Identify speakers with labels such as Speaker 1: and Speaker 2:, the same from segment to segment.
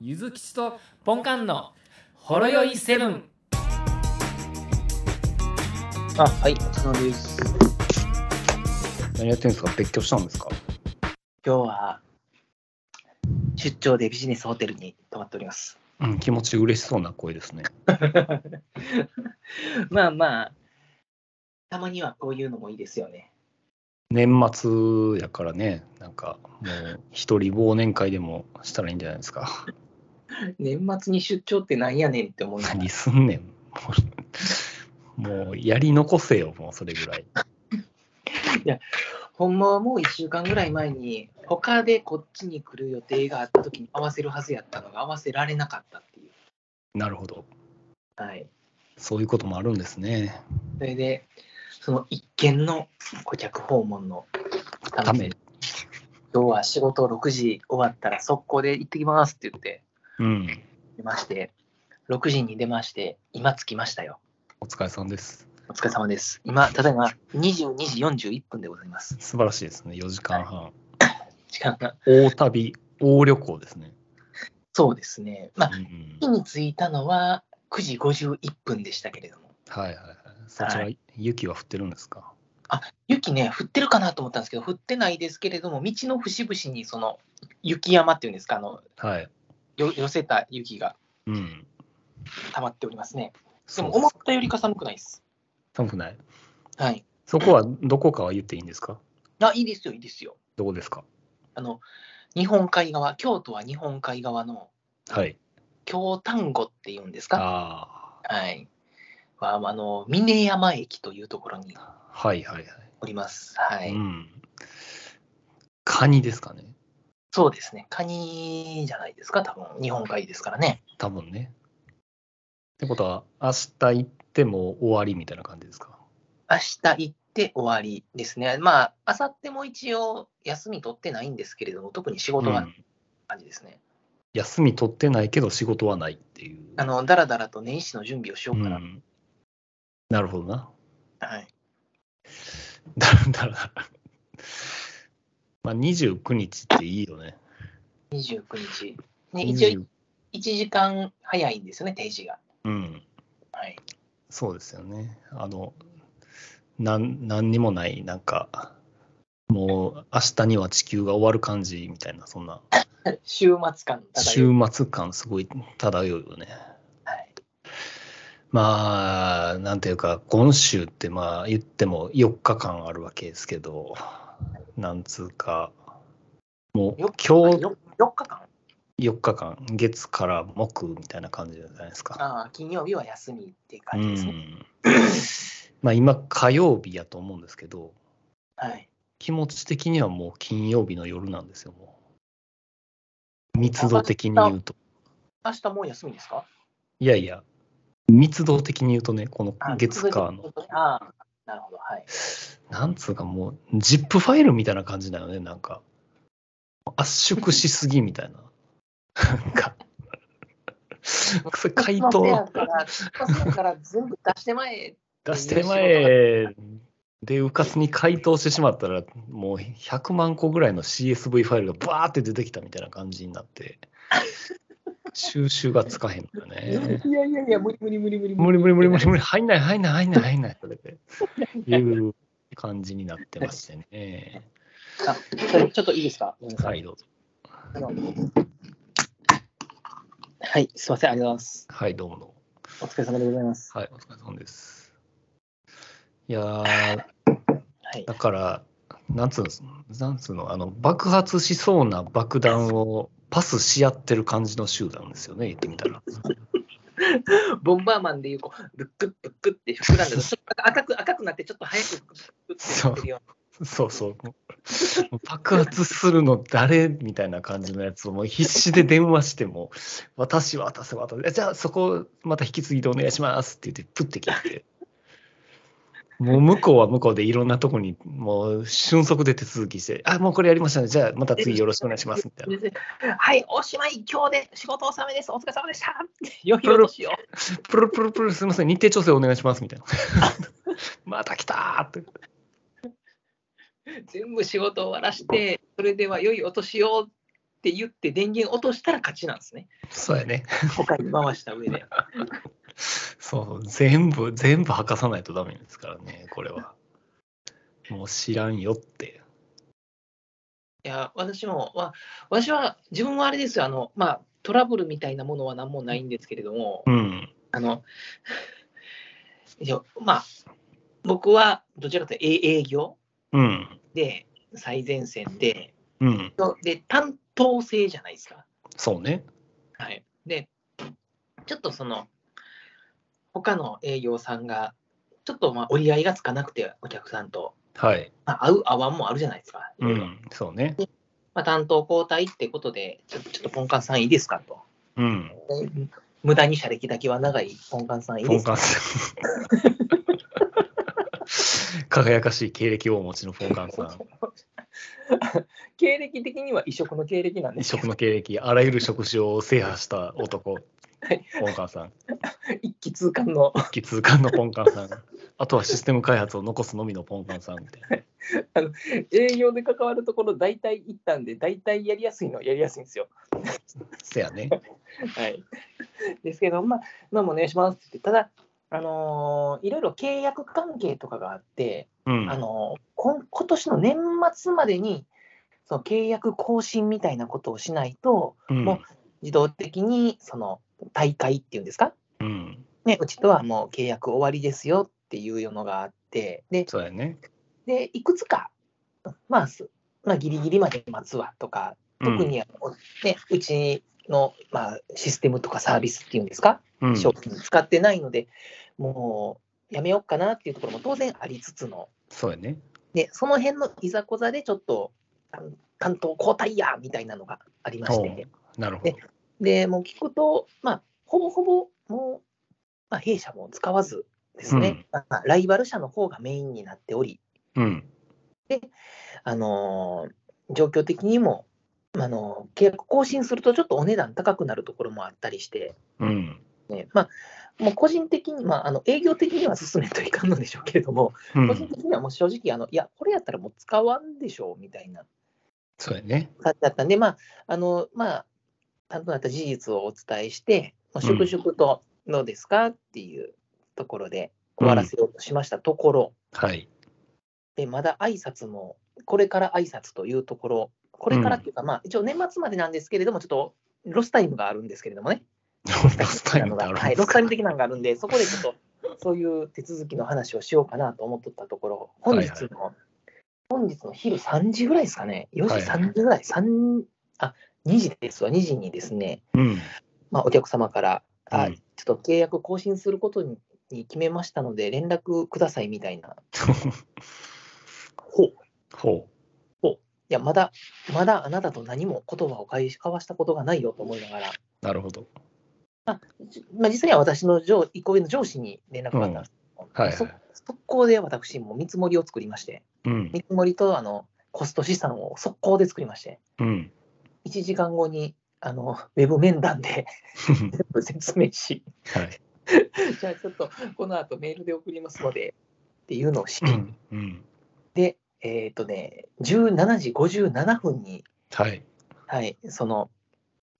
Speaker 1: ゆずきちとポンカンのほろよいセブン。
Speaker 2: あ、はい、お疲れ様です。
Speaker 3: 何やってるんですか別居したんですか
Speaker 2: 今日は、出張でビジネスホテルに泊まっております。
Speaker 3: うん、気持ち嬉しそうな声ですね。
Speaker 2: まあまあ、たまにはこういうのもいいですよね。
Speaker 3: 年末やからね、なんかもう一人忘年会でもしたらいいんじゃないですか。
Speaker 2: 年末に出張ってなんやねんって思いながら
Speaker 3: 何すんねん。もう、もうやり残せよ、もうそれぐらい。
Speaker 2: ほんまはもう1週間ぐらい前に、他でこっちに来る予定があった時に合わせるはずやったのが合わせられなかったっていう。
Speaker 3: なるほど。
Speaker 2: はい。
Speaker 3: そういうこともあるんですね。
Speaker 2: それで、その一件の顧客訪問の
Speaker 3: ダメ。
Speaker 2: 今日は仕事6時終わったら速攻で行ってきますって言って、
Speaker 3: うん。
Speaker 2: 出まして、6時に出まして、今着きましたよ。
Speaker 3: お疲れさんです。
Speaker 2: お疲れ様です。今、ただいま22時41分でございます。
Speaker 3: 素晴らしいですね。4時間半。
Speaker 2: 時間が。
Speaker 3: 大旅、大旅行ですね。
Speaker 2: そうですね。まあ、
Speaker 3: うん
Speaker 2: 駅に着いたのは9時51分でしたけれども、
Speaker 3: はいはいはい。そちら、
Speaker 2: は
Speaker 3: 雪は降ってるんですか
Speaker 2: 雪ね、降ってるかなと思ったんですけど、降ってないですけれども、道の節々にその雪山っていうんですか、あの
Speaker 3: はい。
Speaker 2: よ寄せた雪が
Speaker 3: うん。
Speaker 2: 溜まっておりますね。で
Speaker 3: そう
Speaker 2: も、思ったよりか寒くないです。
Speaker 3: 寒くない。
Speaker 2: はい。
Speaker 3: そこはどこかは言っていいんですか
Speaker 2: あ、いいですよ、いいですよ。
Speaker 3: どこですか
Speaker 2: あの、日本海側、京都は日本海側の
Speaker 3: はい。
Speaker 2: 京丹後っていうんですか。
Speaker 3: あ
Speaker 2: はい。は、あの、峰山駅というところに
Speaker 3: あ。はいはい
Speaker 2: おります。は。
Speaker 3: はいい。うん。カニですかね。
Speaker 2: そうですね。カニじゃないですか、多分。日本海ですからね。
Speaker 3: 多分ね。ってことは、明日行っても終わりみたいな感じですか
Speaker 2: 明日行って終わりですね。まあ、明後日も一応休み取ってないんですけれども、特に仕事
Speaker 3: う
Speaker 2: が
Speaker 3: ん
Speaker 2: 感じですね。
Speaker 3: 休み取ってないけど仕事はないっていう。
Speaker 2: あの、だらだらと年始の準備をしよ
Speaker 3: う
Speaker 2: うかな。
Speaker 3: ん。なるほどな。
Speaker 2: はい。
Speaker 3: だらだらだら。まあ、29日っていいよね。
Speaker 2: 29日。ね、一応
Speaker 3: 20
Speaker 2: 1時間早いんですよね、定時が。
Speaker 3: うん。
Speaker 2: はい。
Speaker 3: そうですよね。あの、なん、なんにもない、なんか、もう明日には地球が終わる感じみたいな、そんな、
Speaker 2: 週末感漂
Speaker 3: 週
Speaker 2: う。
Speaker 3: 末感すごい漂うよね。
Speaker 2: はい。
Speaker 3: まあ、なんていうか、今週ってまあ言っても4日間あるわけですけど、なんつうか、もう
Speaker 2: よ
Speaker 3: 今
Speaker 2: っ
Speaker 3: 日
Speaker 2: よ4日間
Speaker 3: 4日間、月から木みたいな感じじゃないですか。
Speaker 2: ああ、金曜日は休みっていう
Speaker 3: う
Speaker 2: 感じですね。
Speaker 3: ん。まあ今火曜日やと思うんですけど、
Speaker 2: はい。
Speaker 3: 気持ち的にはもう金曜日の夜なんですよ、もう。密度的に言うと。
Speaker 2: 明日もう休みですか
Speaker 3: いやいや、密度的に言うとね、この
Speaker 2: あ
Speaker 3: 月火の、。
Speaker 2: ああ、なるほど。はい。
Speaker 3: なんつうかもう、ジップファイルみたいな感じだよね、なんか。圧縮しすぎみたいな。なんか。 それ回
Speaker 2: クリスマス
Speaker 3: 答
Speaker 2: やからクリスマスやから全部出してまえ。
Speaker 3: 出して前で、うかつに回答してしまったら、もう100万個ぐらいの CSV ファイルがバーって出てきたみたいな感じにな って、収集がつかへんのよね。
Speaker 2: いやいやいや、無理無理無理無理
Speaker 3: 無理無理無理無理無理、入んない入んない入んない入んない、それで。いう感じになってましてね。
Speaker 2: あそれちょっといいですかごめんなさ
Speaker 3: はいい、どうぞ。
Speaker 2: あのはい、すいません、ありがとうございます。
Speaker 3: はい、どうもどうも。
Speaker 2: お疲れ様でございます。
Speaker 3: はい、お疲れ様です。いやー、
Speaker 2: はい
Speaker 3: だ。から、なんつうの、なんつうの、あの、爆発しそうな爆弾をパスし合ってる感じの集団ですよね、言ってみたら。
Speaker 2: ボンバーマンでいう、こう、ブックッブックって膨らんでる、ちょっと赤く赤くなって、ちょっと早くブックッブックってなってるよ
Speaker 3: そうそう。もう爆発するの誰みたいな感じのやつをもう必死で電話しても、私は渡せ渡せ。じゃあそこまた引き継ぎでお願いしますって言って、プッて切って。もう向こうは向こうでいろんなとこにもう瞬足で手続きして、あ、もうこれやりましたね。じゃあまた次よろしくお願いしますみたいな。
Speaker 2: うな。はい、おしまい、今日で仕事納めです。お疲れ様でした。良いお年を。
Speaker 3: プルプルプルすみません、日程調整お願いしますみたい な。また来たーって。
Speaker 2: 全部仕事を終わらして、それでは良いお年をって言って電源落としたら勝ちなんですね。
Speaker 3: そうやね。
Speaker 2: 他に回した上で。
Speaker 3: そう、全部、全部吐かさないとダメですからね、これは。もう知らんよって。
Speaker 2: いや、私も、わ私は、自分はあれですよ、あの、まあ、トラブルみたいなものは何もないんですけれども、
Speaker 3: うん。
Speaker 2: あの、一応まあ、僕はどちらかというと営営業
Speaker 3: うん。
Speaker 2: で、最前線で、
Speaker 3: うん。
Speaker 2: で、担当制じゃないですか。
Speaker 3: そうね。
Speaker 2: はい。で、ちょっとその、他の営業さんが、ちょっとまあ折り合いがつかなくて、お客さんと、
Speaker 3: はい。
Speaker 2: まあ、合う、合わんもあるじゃないですか。いうろいろ
Speaker 3: ん。そうね。
Speaker 2: まあ、担当交代ってことで、ちょちょっとポンカンさんいいですかと。
Speaker 3: うん。
Speaker 2: 無駄に車歴だけは長いポンカンさんいい
Speaker 3: ポ
Speaker 2: で
Speaker 3: ン
Speaker 2: すか
Speaker 3: カンさ ん。輝かしい経歴をお持ちのポンカンさん。
Speaker 2: 経歴的には異色の経歴なんで
Speaker 3: 異
Speaker 2: すけ
Speaker 3: 色
Speaker 2: ど、
Speaker 3: の経歴、あらゆる職種を制覇した男、
Speaker 2: はい
Speaker 3: ポンカンさん。
Speaker 2: 一気通貫の
Speaker 3: 一気通貫のポンカンさん。 あとはシステム開発を残すのみのポンカンさんみたいな。
Speaker 2: 営業で関わるところ、大体行ったんで、大体やりやすいのはやりやすいんですよ。
Speaker 3: せ やね。
Speaker 2: はい、ですけど、まあ、まあ、お願いしますって言って、ただ、あのーいろいろ契約関係とかがあって、
Speaker 3: うん。
Speaker 2: あのーこん今年の年末までに、その契約更新みたいなことをしないと、
Speaker 3: うん
Speaker 2: も自動的にその大会っていうんですか、
Speaker 3: うん。
Speaker 2: ね、うちとはもう契約終わりですよっていうのがあって、で、
Speaker 3: そうやね。
Speaker 2: でいくつか、まあ、すまあ、ギリギリまで待つわとか、
Speaker 3: うん
Speaker 2: 特にあの、ね、うちの、まあ、システムとかサービスっていうんですか、
Speaker 3: うん。
Speaker 2: 商品使ってないので、もうやめようかなっていうところも当然ありつつの、
Speaker 3: そうやね。
Speaker 2: でその辺のいざこざでちょっとあの担当交代やみたいなのがありまして、
Speaker 3: なるほど
Speaker 2: ね。でもう聞くと、まあ、ほぼほぼもう、まあ、弊社も使わずですね、まあライバル社の方がメインになっており、
Speaker 3: うん。
Speaker 2: あのー状況的にも、あのー契約更新するとちょっとお値段高くなるところもあったりして、
Speaker 3: うん。
Speaker 2: ねまあ、もう個人的に、まあ、あの営業的には進めといかんのでしょうけれども、
Speaker 3: う
Speaker 2: 個人
Speaker 3: ん。
Speaker 2: 的にはもう正直あの、いや、これやったらもう使わんでしょうみたいな
Speaker 3: そうやね。
Speaker 2: 感じだったんで、まあ、あのまあ、担当だった事実をお伝えして、まあ、粛々とどうですかっていうところで終わらせようとしましたところ、
Speaker 3: はい。
Speaker 2: で、まだ挨拶も、これから挨拶というところ、これからっていうか、まあ、一応年末までなんですけれども、ちょっとロスタイムがあるんですけれどもね、
Speaker 3: ロスタイムってあるん
Speaker 2: はい、
Speaker 3: で
Speaker 2: ロス
Speaker 3: すか
Speaker 2: タイム的なのがあるんで、そこでちょっと、そういう手続きの話をしようかなと思っとったところ、本日の、
Speaker 3: はい
Speaker 2: 本日の昼3時ぐらいですかね、4時
Speaker 3: はいはい
Speaker 2: 3時ぐらい、三あ2時ですわ、2時にですね、
Speaker 3: うん。
Speaker 2: まあ、お客様から、あ
Speaker 3: うん
Speaker 2: ちょっと契約更新することにに決めましたので、連絡くださいみたいな。ほう
Speaker 3: ほ
Speaker 2: いや、まだ、まだあなたと何も言葉を交わしたことがないよと思いながら、
Speaker 3: う。なるほど。
Speaker 2: じまあ、実際には私の上一個上の上司に連絡があったんですけど、
Speaker 3: はいはい
Speaker 2: そ速攻で私も見積もりを作りまして、
Speaker 3: うん。
Speaker 2: 見積もりとあのコスト資産を速攻で作りまして、
Speaker 3: うん。
Speaker 2: 1時間後にあのウェブ面談で全部説明し、
Speaker 3: はい。
Speaker 2: じゃあちょっとこの後メールで送りますのでっていうのをし、
Speaker 3: うん。うん。
Speaker 2: で、えっ、とね、17時57分に
Speaker 3: はい。
Speaker 2: はい、その、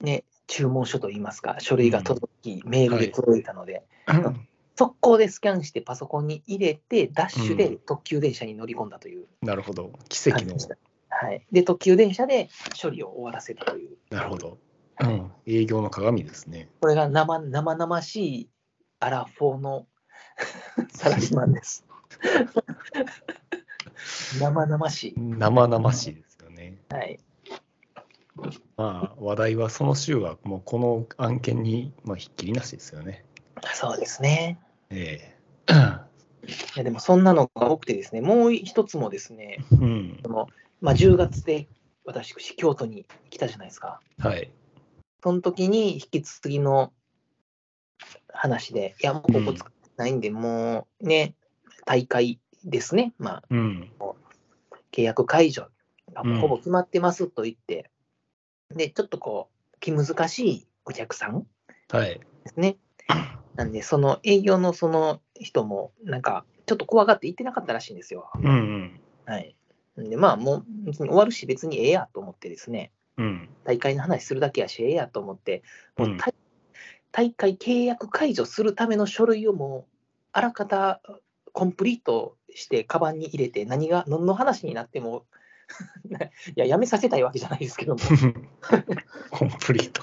Speaker 2: ね、注文書といいますか、書類が届き、メールで届いたので、速攻でスキャンしてパソコンに入れて、ダッシュ
Speaker 3: う
Speaker 2: で特急電車に乗り込んだという
Speaker 3: なるほど。奇
Speaker 2: 感
Speaker 3: 跡
Speaker 2: じ
Speaker 3: の
Speaker 2: で。した。はい、で、特急電車で処理を終わらせたという、
Speaker 3: なるほど。うん。営業の鏡ですね。
Speaker 2: これが生生々しいアラフォーのサラリーマンです。生々しい。
Speaker 3: 生々しいですよね。
Speaker 2: はい、
Speaker 3: まあ、話題はその週は、もうこの案件に、まあ、ひっきりなしですよね。
Speaker 2: そうですね。
Speaker 3: え え
Speaker 2: いやでも、そんなのが多くてですね、もう一つもですね、
Speaker 3: うん。
Speaker 2: まあ、10月で私、京都に来たじゃないですか。
Speaker 3: はい。
Speaker 2: その時に引き継ぎの話で、いや、もうここ使ってないんで、もうね、大会ですね、ま
Speaker 3: うん。
Speaker 2: あ、契約解除が
Speaker 3: うん
Speaker 2: ほぼ決まってますと言って、で、ちょっとこう、気難しいお客さん
Speaker 3: はい。
Speaker 2: ですね。なんで、その営業のその人も、なんか、ちょっと怖がって行ってなかったらしいんですよ。
Speaker 3: うんうん。
Speaker 2: はい。んで、まあ、もう別に終わるし、別にええやと思ってですね。
Speaker 3: うん。
Speaker 2: 大会の話するだけやし、ええやと思って、も
Speaker 3: うん
Speaker 2: う大大会契約解除するための書類をもう、あらかたコンプリートして、カバンに入れて、何が、何の話になっても、 いや、やめさせたいわけじゃないですけども、
Speaker 3: コンプリート。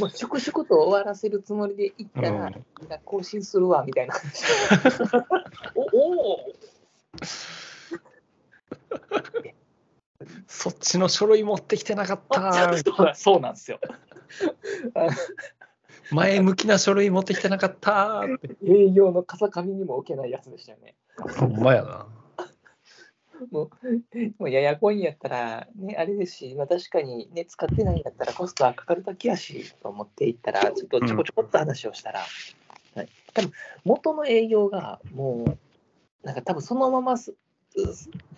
Speaker 2: もう、粛々と終わらせるつもりで行ったら、
Speaker 3: うん
Speaker 2: みんな更新するわ、みたいな 話。おおー
Speaker 3: そっちの書類持ってきてなかっ
Speaker 2: あ
Speaker 3: た。
Speaker 2: そうだそうなんですよ。
Speaker 3: 前向きな書類持ってきてなかった。
Speaker 2: 営業の笠上にも置けないやつでしたよね。
Speaker 3: ほんまやな。
Speaker 2: もう、もうややこいんやったら、ね、あれですし、まあ、確かに、ね、使ってないんだったらコストはかかるだけやし、と思っていったら、ちょっとちょこちょこっと話をしたら、はい、多分元の営業がもう、なんか多分そのまます、う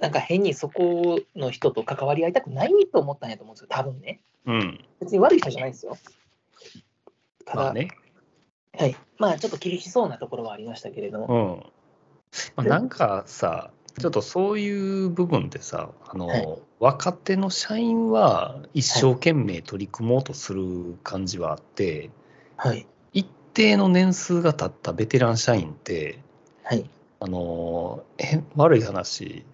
Speaker 2: なんか変にそこの人と関わり合いたくないと思ったんやと思うんですよ、多分ね。
Speaker 3: うん。
Speaker 2: 別に悪い人じゃないんですよ。ただ、
Speaker 3: まあね。
Speaker 2: はい、まあちょっと厳しそうなところはありましたけれども、
Speaker 3: うん。まあ、なんかさ、ちょっとそういう部分でさ、あの、
Speaker 2: はい
Speaker 3: 若手の社員は一生懸命取り組もうとする感じはあって、
Speaker 2: はい、
Speaker 3: 一定の年数が経ったベテラン社員って、
Speaker 2: はい、
Speaker 3: あのえ悪い話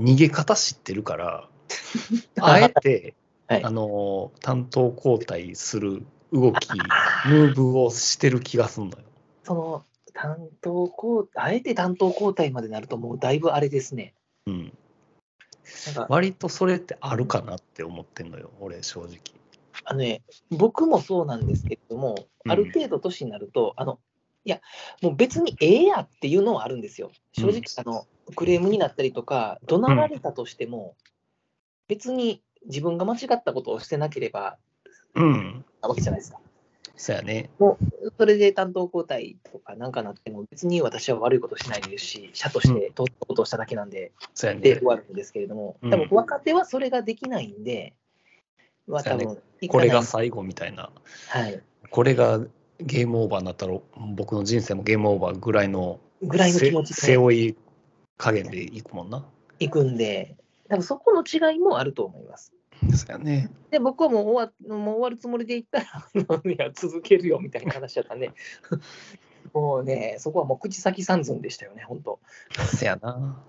Speaker 3: 逃げ方知ってるから あえて、
Speaker 2: はい
Speaker 3: あの担当交代する動きムーブをしてる気がすんのよ。
Speaker 2: その担当交あえて担当交代までなると、もうだいぶあれですね。
Speaker 3: うん、
Speaker 2: なんか
Speaker 3: 割とそれってあるかなって思ってんのよ俺正直。
Speaker 2: あのね、僕もそうなんですけれども、
Speaker 3: うん
Speaker 2: ある程度年になると、あのいや、もう別にええやっていうのはあるんですよ。正直、
Speaker 3: うん
Speaker 2: あのクレームになったりとか、怒鳴られたとしても、別に自分が間違ったことをしてなければ
Speaker 3: うん
Speaker 2: なわけじゃないですか。
Speaker 3: そうやね。
Speaker 2: それで担当交代とかなんかなっても、別に私は悪いことしないですし、社として通ったことをしただけなんで、
Speaker 3: そうや
Speaker 2: で
Speaker 3: ね
Speaker 2: 終。わるんですけれども、
Speaker 3: うん
Speaker 2: 多分若手はそれができないんで、まあ多分、いか
Speaker 3: こ
Speaker 2: ない
Speaker 3: れが最後みたいな。
Speaker 2: はい、
Speaker 3: これがゲームオーバーになったら僕の人生もゲームオーバーぐらいの
Speaker 2: ぐらいの気持ち
Speaker 3: せ背
Speaker 2: で
Speaker 3: 負い加減でいくもんな。
Speaker 2: 行くんで、多分そこの違いもあると思います。
Speaker 3: そうやね。
Speaker 2: で、僕はもう終わもう終わるつもりで行ったら、あのいや、続けるよみたいな話だったん で、もうね、そこはもう口先三寸でしたよね、本当。
Speaker 3: せやな。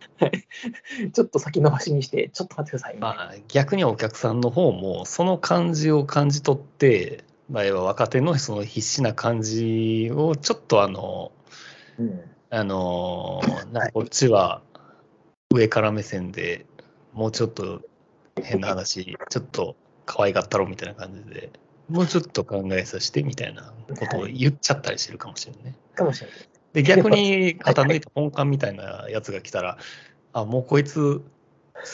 Speaker 2: ちょっと先延ばしにして、ちょっと待ってください、みたいな
Speaker 3: まあ、逆にお客さんの方もその感じを感じ取って、まあ、要は若手のその必死な感じをちょっとあの、
Speaker 2: うん
Speaker 3: あの
Speaker 2: は
Speaker 3: ないこっちは上から目線でもうちょっと変な話ちょっと可愛がったろみたいな感じでもうちょっと考えさせてみたいなことを言っちゃったりしてるかもしれないね。
Speaker 2: かもしれない。
Speaker 3: で逆に傾いた本館みたいなやつが来たら、あもうこいつ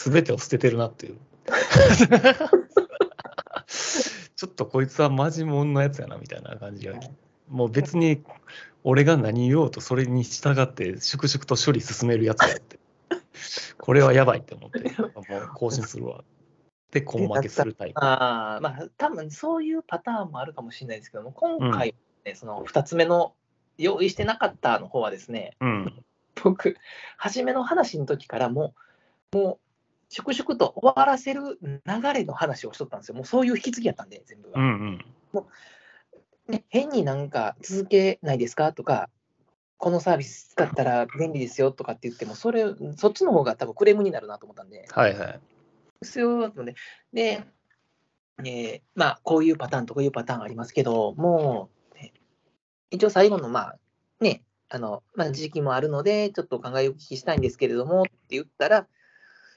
Speaker 3: 全てを捨ててるなっていう ちょっとこいつはマジモンのやつやなみたいな感じがもう別に俺が何言おうとそれに従って粛々と処理進めるやつやってこれはやばいって思ってもう更新するわで根負けするタイプ
Speaker 2: ああ、まあ、多分そういうパターンもあるかもしれないですけども、今回、ねその2つ目の用意してなかったの方はですね、
Speaker 3: うん
Speaker 2: 僕、初めの話の時からもう、もう、粛々と終わらせる流れの話をしとったんですよ。もうそういう引き継ぎやったんで、全部が。
Speaker 3: うんうん
Speaker 2: ね変になんか続けないですかとか、このサービス使ったら便利ですよとかって言っても、それ、そっちの方が多分クレームになるなと思ったんで。
Speaker 3: はいはい
Speaker 2: ですよってね。で、えーまあ、こういうパターンとこういうパターンありますけど、もう、ね一応最後の、まあ、ね、あの、まあ、時期もあるので、ちょっとお考えをお聞きしたいんですけれども、って言ったら、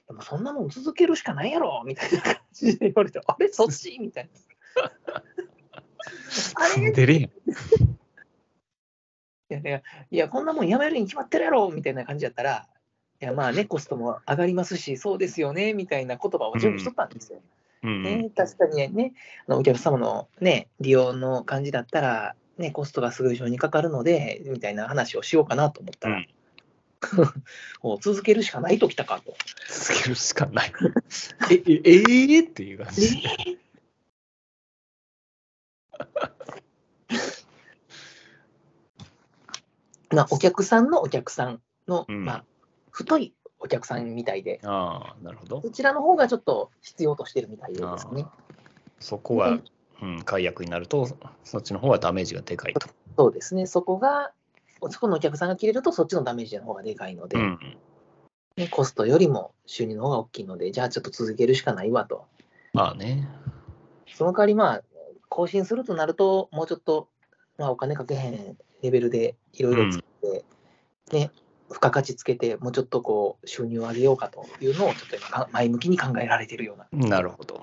Speaker 2: でもそんなもん続けるしかないやろみたいな感じで言われて、あれ、そっちみたいな。あれ
Speaker 3: 出れへん
Speaker 2: いやいや、いやこんなもんやめるに決まってるやろみたいな感じやったら、いや、まあね、コストも上がりますし、そうですよね、みたいな言葉を準備しとったんですよ。
Speaker 3: うんう
Speaker 2: ね
Speaker 3: ん、
Speaker 2: 確かにね、あのお客様の、ね、利用の感じだったら、ね、コストがすごい非常にかかるので、みたいな話をしようかなと思ったら、
Speaker 3: うん
Speaker 2: もう続けるしかないときたか と。
Speaker 3: 続けるしか ない。え、え、えーっていう感じ。
Speaker 2: まあ、お客さんのお客さんの、
Speaker 3: うん
Speaker 2: まあ、太いお客さんみたいで、
Speaker 3: ああ、なるほど
Speaker 2: そ。ちらの方がちょっと必要としてるみたいですね。
Speaker 3: そこが、うん、解約になると、そっちの方がダメージがでかいと。
Speaker 2: そうですね、そこが、そこのお客さんが切れると、そっちのダメージの方がでかいので、
Speaker 3: うん。
Speaker 2: ね、コストよりも収入の方が大きいので、じゃあちょっと続けるしかないわと。
Speaker 3: まあね。
Speaker 2: その代わり、まあ、更新するとなると、もうちょっと、まあ、お金かけへんレベルでいろいろ作って、ね、付加価値つけて、もうちょっとこう、収入を上げようかというのを、ちょっと今か、前向きに考えられているような、
Speaker 3: なるほど。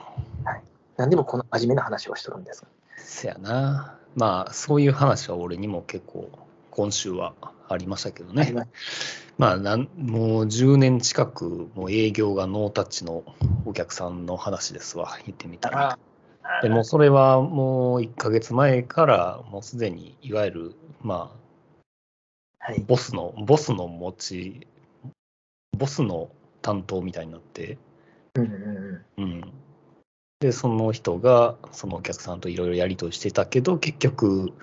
Speaker 2: なんでもこの真面目な話をしとるんですが。
Speaker 3: せやな。まあ、そういう話は俺にも結構、今週はありましたけど
Speaker 2: あり
Speaker 3: ね
Speaker 2: まし。
Speaker 3: まあなん、もう10年近く、もう営業がノータッチのお客さんの話ですわ、言ってみたら。でもうそれはもう1ヶ月前から、もうすでに、いわゆる、まあ、
Speaker 2: はい、
Speaker 3: ボスの、ボスの持ち、ボスの担当みたいになって、
Speaker 2: うんうんうん
Speaker 3: うん。で、その人が、そのお客さんといろいろやり取りしてたけど、結局、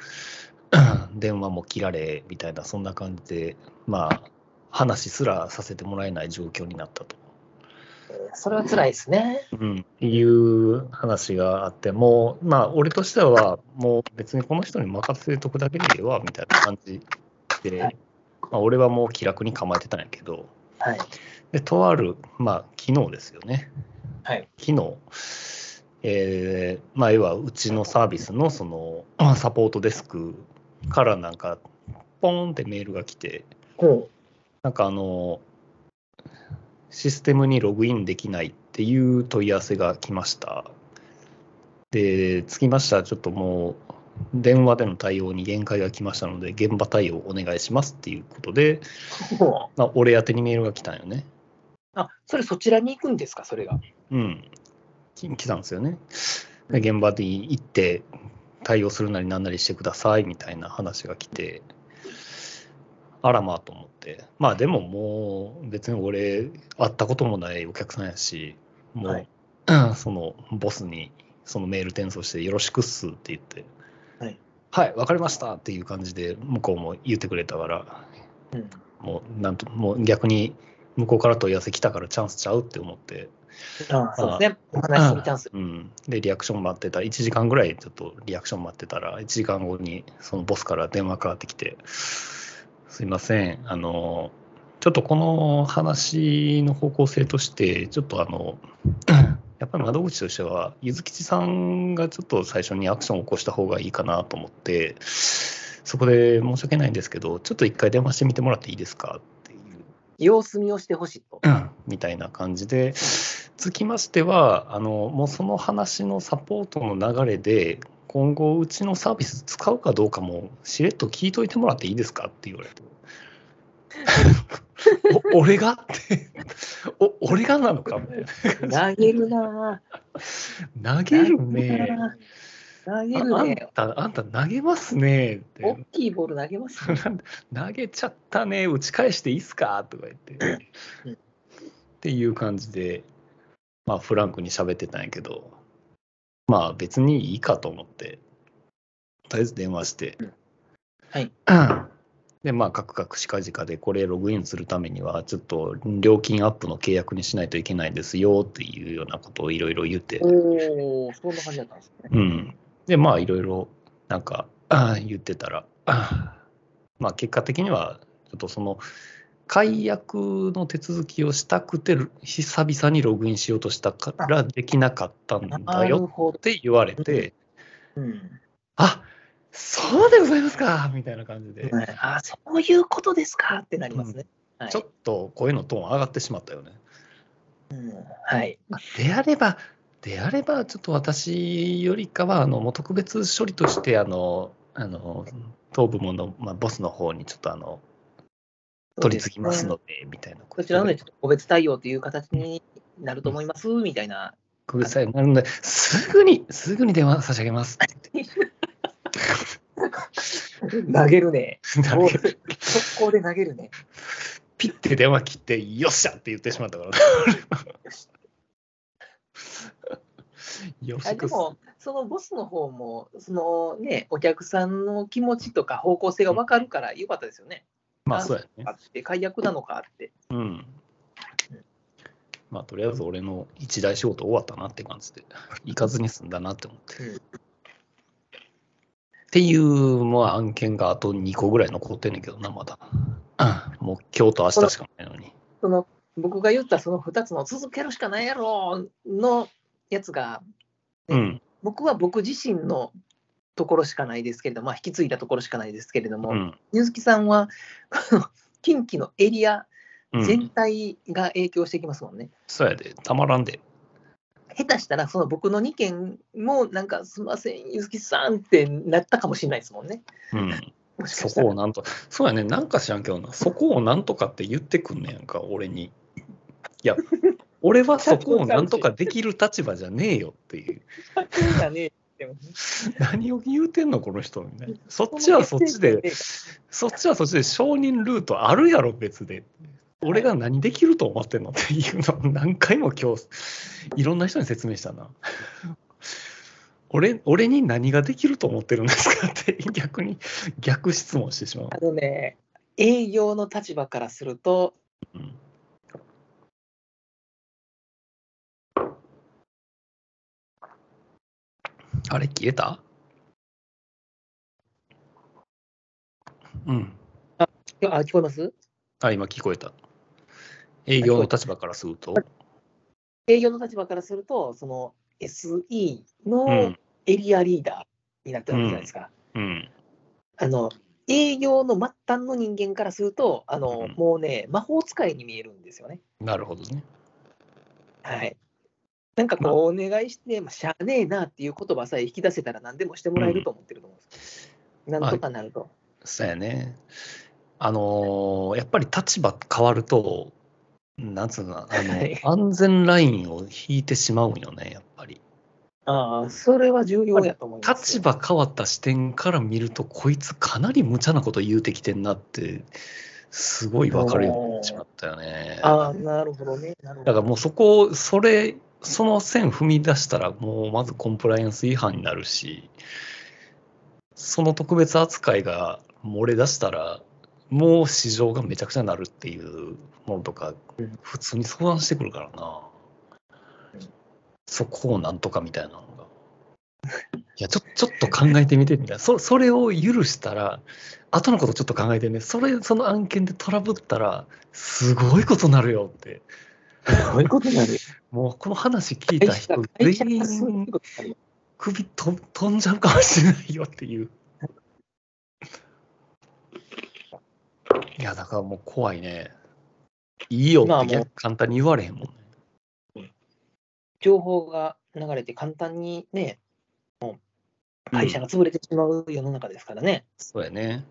Speaker 3: 電話も切られ、みたいな、そんな感じで、まあ、話すらさせてもらえない状況になったと。
Speaker 2: えーそれは辛いですね。
Speaker 3: うん、いう話があって、もう、まあ、俺としては、もう別にこの人に任せとくだけでええわ、みたいな感じで、
Speaker 2: はい
Speaker 3: まあ、俺はもう気楽に構えてたんやけど、
Speaker 2: はい。
Speaker 3: で、とある、まあ、昨日ですよね。
Speaker 2: はい。
Speaker 3: 昨日、えーまあ、要は、うちのサービスの、その、まあサポートデスクからなんか、ポーンってメールが来て、
Speaker 2: ほ
Speaker 3: なんかあの、システムにログインできないっていう問い合わせが来ました。で、つきましたら、ちょっともう、電話での対応に限界が来ましたので、現場対応お願いしますっていうことで、
Speaker 2: う。ほう。
Speaker 3: まあ、俺宛てにメールが来たんよね。
Speaker 2: あ、それそちらに行くんですか、それが。
Speaker 3: うん、き来たんですよね。で現場に行って対応するなりなんなりしてくださいみたいな話が来て、あらまあと思って、まあでももう別に俺、会ったこともないお客さんやし、もう、 そのボスにそのメール転送してよろしくっすって言って、
Speaker 2: はい、
Speaker 3: はい、わかりましたっていう感じで向こうも言ってくれたから、
Speaker 2: うん。
Speaker 3: もうなんと、もう逆に向こうから問い合わせ来たからチャンスちゃうって思って、
Speaker 2: あそうですね。お話しするチャンス。
Speaker 3: うん、でリアクション待ってた1時間ぐらいちょっとリアクション待ってたら1時間後にそのボスから電話かかってきて「すいませんあのちょっとこの話の方向性としてちょっとあの やっぱり窓口としてはゆずきちさんがちょっと最初にアクションを起こした方がいいかなと思ってそこで申し訳ないんですけどちょっと一回電話してみてもらっていいですかっていう
Speaker 2: 様子見をしてほしいと。
Speaker 3: うんみたいな感じで、つきましては、あのもうその話のサポートの流れで、今後、うちのサービス使うかどうかも、しれっと聞いといてもらっていいですかって言われて。 お俺がってお、俺がな のかみたい
Speaker 2: 投げるなぁ
Speaker 3: な投げるね。
Speaker 2: 投げ
Speaker 3: あ
Speaker 2: る
Speaker 3: あん
Speaker 2: ね。
Speaker 3: た、あんた投げますねって。
Speaker 2: 大きいボール投げますね。
Speaker 3: 投げちゃったね打ち返していいっすかとか言って
Speaker 2: うん
Speaker 3: っていう感じでまあフランクに喋ってたんやけどまあ別にいいかと思ってとりあえず電話して
Speaker 2: うんはい
Speaker 3: でまあカクカクしかじかでこれログインするためにはちょっと料金アップの契約にしないといけないですよっていうようなことをいろいろ言って
Speaker 2: おお、そんな感じだったんですね。
Speaker 3: うん。で、まあ、いろいろ、なんか、あー言ってたら、あーまあ、結果的には、ちょっとその、解約の手続きをしたくて、久々にログインしようとしたから、できなかったん
Speaker 2: な
Speaker 3: だ
Speaker 2: る
Speaker 3: よ
Speaker 2: ほど
Speaker 3: っ。て言われて、
Speaker 2: うん
Speaker 3: あそうでございますかみたいな感じで、
Speaker 2: はい、あそういうことですかってなりますね。はい
Speaker 3: ちょっと声のトーン上がってしまったよね。
Speaker 2: うんはい、
Speaker 3: であれば、であれば、ちょっと私よりかは、あの、もう特別処理として、あの、あの、当部門の、まあ、ボスの方にちょっと、あの、取り付きますので、みたいな。
Speaker 2: こちらのね、ちょっと個別対応という形になると思いますみたいな、
Speaker 3: 特別対応になるので、すぐに、すぐに電話差し上げますって言っ
Speaker 2: 投げるね、
Speaker 3: て。なんか
Speaker 2: 速攻で投げるね。
Speaker 3: ピッて電話切って、よっしゃって言ってしまったから。 よろ
Speaker 2: あ
Speaker 3: し
Speaker 2: で
Speaker 3: くっす
Speaker 2: も、そのボスの方も、そのね、お客さんの気持ちとか方向性が分かるから、よかったですよね。
Speaker 3: まあ、そうやね。
Speaker 2: あって、解約なのかって。
Speaker 3: うん。まあ、とりあえず俺の一大仕事終わったなって感じで、行かずに済んだなって思って。
Speaker 2: うん
Speaker 3: っていう、まあ、案件があと2個ぐらい残ってんねんけどな、まだ。うんもう今日と明日しかないのに。
Speaker 2: その僕が言ったその2つの続けるしかないやろのやつが、
Speaker 3: うん。
Speaker 2: 僕は僕自身のところしかないですけれども、まあ、引き継いだところしかないですけれども、
Speaker 3: うん。
Speaker 2: 水木さんは、 この近畿のエリア
Speaker 3: う
Speaker 2: 全
Speaker 3: ん、
Speaker 2: 体が影響してきますもんね。
Speaker 3: そうやで、たまらんで。
Speaker 2: 下手したら、その僕の2件も、なんか、すみません、水木さんってなったかもしれないですもんね。
Speaker 3: うん。
Speaker 2: もしか
Speaker 3: そ
Speaker 2: した
Speaker 3: こ
Speaker 2: ら
Speaker 3: をなんと、そうやね、なんか知らんけどな、そこをなんとかって言ってくんねやんか、俺に。 いや、俺はそこをなんとかできる立場じゃねえよっていう。
Speaker 2: そうだねでも
Speaker 3: 何を言うてんの、この人みたいな。そっちはそっちで、そっちはそっちで承認ルートあるやろ、別で。俺が何できると思ってんのっていうのを何回も今日、いろんな人に説明したな。俺俺に何ができると思ってるんですかって逆に逆質問してしまう。
Speaker 2: あのね、営業の立場からすると、
Speaker 3: うんあれ消えたうん。
Speaker 2: あ、聞こえます
Speaker 3: あ、今聞こえた。営業の立場からすると。
Speaker 2: 営業の立場からすると、その SE
Speaker 3: う
Speaker 2: の
Speaker 3: ん。
Speaker 2: エリアリーダーになってるわけじゃないですか。
Speaker 3: うん。
Speaker 2: あの営業の末端の人間からすると、あの
Speaker 3: うん
Speaker 2: もうね、魔法使いに見えるんですよね。
Speaker 3: なるほどね。
Speaker 2: はい。なんかこう、お願いして、まあ、しゃあねえなっていう言葉さえ引き出せたら何でもしてもらえると思ってると思うんです。なんとかなると。
Speaker 3: そうやね。あのーやっぱり立場変わると、なんつうの、あ
Speaker 2: はい
Speaker 3: の、安全ラインを引いてしまうんよね、やっぱり。
Speaker 2: ああ、それは重要やと思います。
Speaker 3: 立場変わった視点から見るとこいつかなり無茶なこと言うてきてんなってすごい分かるようになってしまったよね。
Speaker 2: ああ、なるほどね。なるほ
Speaker 3: だ
Speaker 2: ど
Speaker 3: からもうそこをそれその線踏み出したらもうまずコンプライアンス違反になるしその特別扱いが漏れ出したらもう市場がめちゃくちゃになるっていうものとか普通に相談してくるからなそこをなんとかみたいなのがいやちょちょっと考えてみてみたいなそそれを許したら後のことちょっと考えてねそれその案件でトラブったらすごいことになるよって
Speaker 2: そういうことになるよ。
Speaker 3: もうこの話聞いた
Speaker 2: 会社
Speaker 3: 人
Speaker 2: 会社
Speaker 3: 全
Speaker 2: がそういう
Speaker 3: 員
Speaker 2: ことになるよ
Speaker 3: 首と飛んじゃうかもしれないよっていう。いやだからもう怖いね。いいよ
Speaker 2: まあ
Speaker 3: っ
Speaker 2: も
Speaker 3: て
Speaker 2: う
Speaker 3: 逆簡単に言われへんもんね。
Speaker 2: 情報が流れて簡単にね、もう会社
Speaker 3: うん
Speaker 2: が潰れてしまう世の中ですからね。
Speaker 3: そうやね。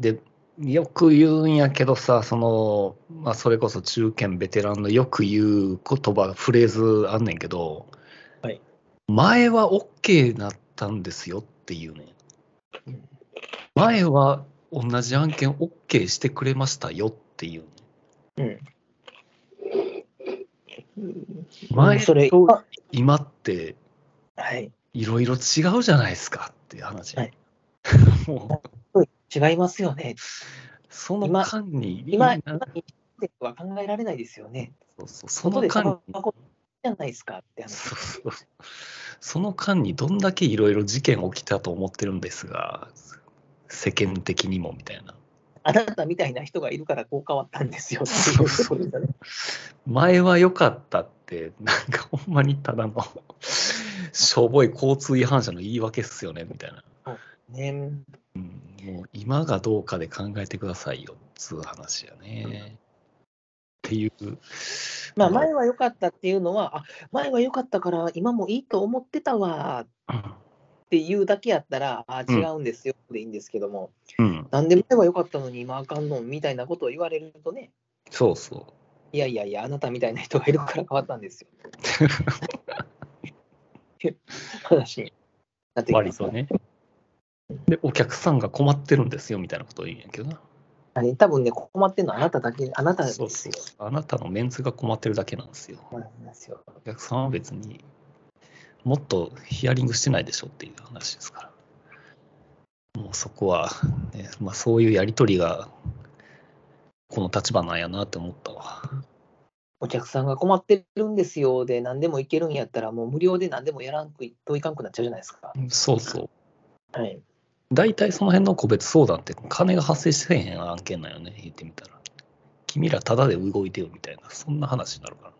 Speaker 3: でよく言うんやけどさその、まあ、それこそ中堅ベテランのよく言う言葉フレーズあんねんけど、
Speaker 2: はい
Speaker 3: 前は OK だったんですよっていうね
Speaker 2: うん
Speaker 3: 前は同じ案件 OK してくれましたよっていうね
Speaker 2: うん。
Speaker 3: 前
Speaker 2: それ、
Speaker 3: と
Speaker 2: あ
Speaker 3: 今って
Speaker 2: はい、
Speaker 3: いろいろ違うじゃないですかっていう話、
Speaker 2: はい
Speaker 3: もう
Speaker 2: 違いますよね。
Speaker 3: その
Speaker 2: 今
Speaker 3: 間に
Speaker 2: 今、
Speaker 3: いい
Speaker 2: 今
Speaker 3: な
Speaker 2: では考えられないですよね。
Speaker 3: そうそうそ
Speaker 2: 外
Speaker 3: の
Speaker 2: で
Speaker 3: 間
Speaker 2: タ
Speaker 3: に
Speaker 2: バコじゃないですかって話。
Speaker 3: そうそう その間にどんだけいろいろ事件起きたと思ってるんですが世間的にもみたいな
Speaker 2: あなたみたいな人がいるからこう変わったんですよっていうことですよね。
Speaker 3: 前は良かったってなんかほんまに ただのしょぼい交通違反者の言い訳っすよねみたいな
Speaker 2: ね
Speaker 3: もう今がどうかで考えてくださいよっつう話やねっていう
Speaker 2: まあ、前は良かったっていうのは、あ前は良かったから今もいいと思ってたわっていうだけやったら、あ
Speaker 3: うん
Speaker 2: 違うんですよでいいんですけども、
Speaker 3: うん
Speaker 2: なんで前は良かったのに今あかんのみたいなことを言われるとね、
Speaker 3: そうそう
Speaker 2: いやいやいや、あなたみたいな人がいるから変わったん ですよ。話になってきま
Speaker 3: 割
Speaker 2: すか
Speaker 3: と
Speaker 2: ら、
Speaker 3: ねでお客さんが困ってるんですよみたいなことを言うんやけどな
Speaker 2: はい多分ね、困ってるのはあなただけ、あなたです
Speaker 3: そ
Speaker 2: よ。
Speaker 3: うそうあなたのメンツが困ってるだけなんですよ
Speaker 2: そうなんですよ
Speaker 3: お客さんは別にもっとヒアリングしてないでしょっていう話ですからもうそこは、ねまあ、そういうやり取りがこの立場なんやなって思ったわ。
Speaker 2: お客さんが困ってるんですよで何でもいけるんやったらもう無料で何でもやらんくいといかんくなっちゃうじゃないですか。
Speaker 3: そうそう。
Speaker 2: はい。
Speaker 3: 大体その辺の個別相談って金が発生してへん案件なんよね、言ってみたら。君らタダで動いてよみたいな、そんな話になるか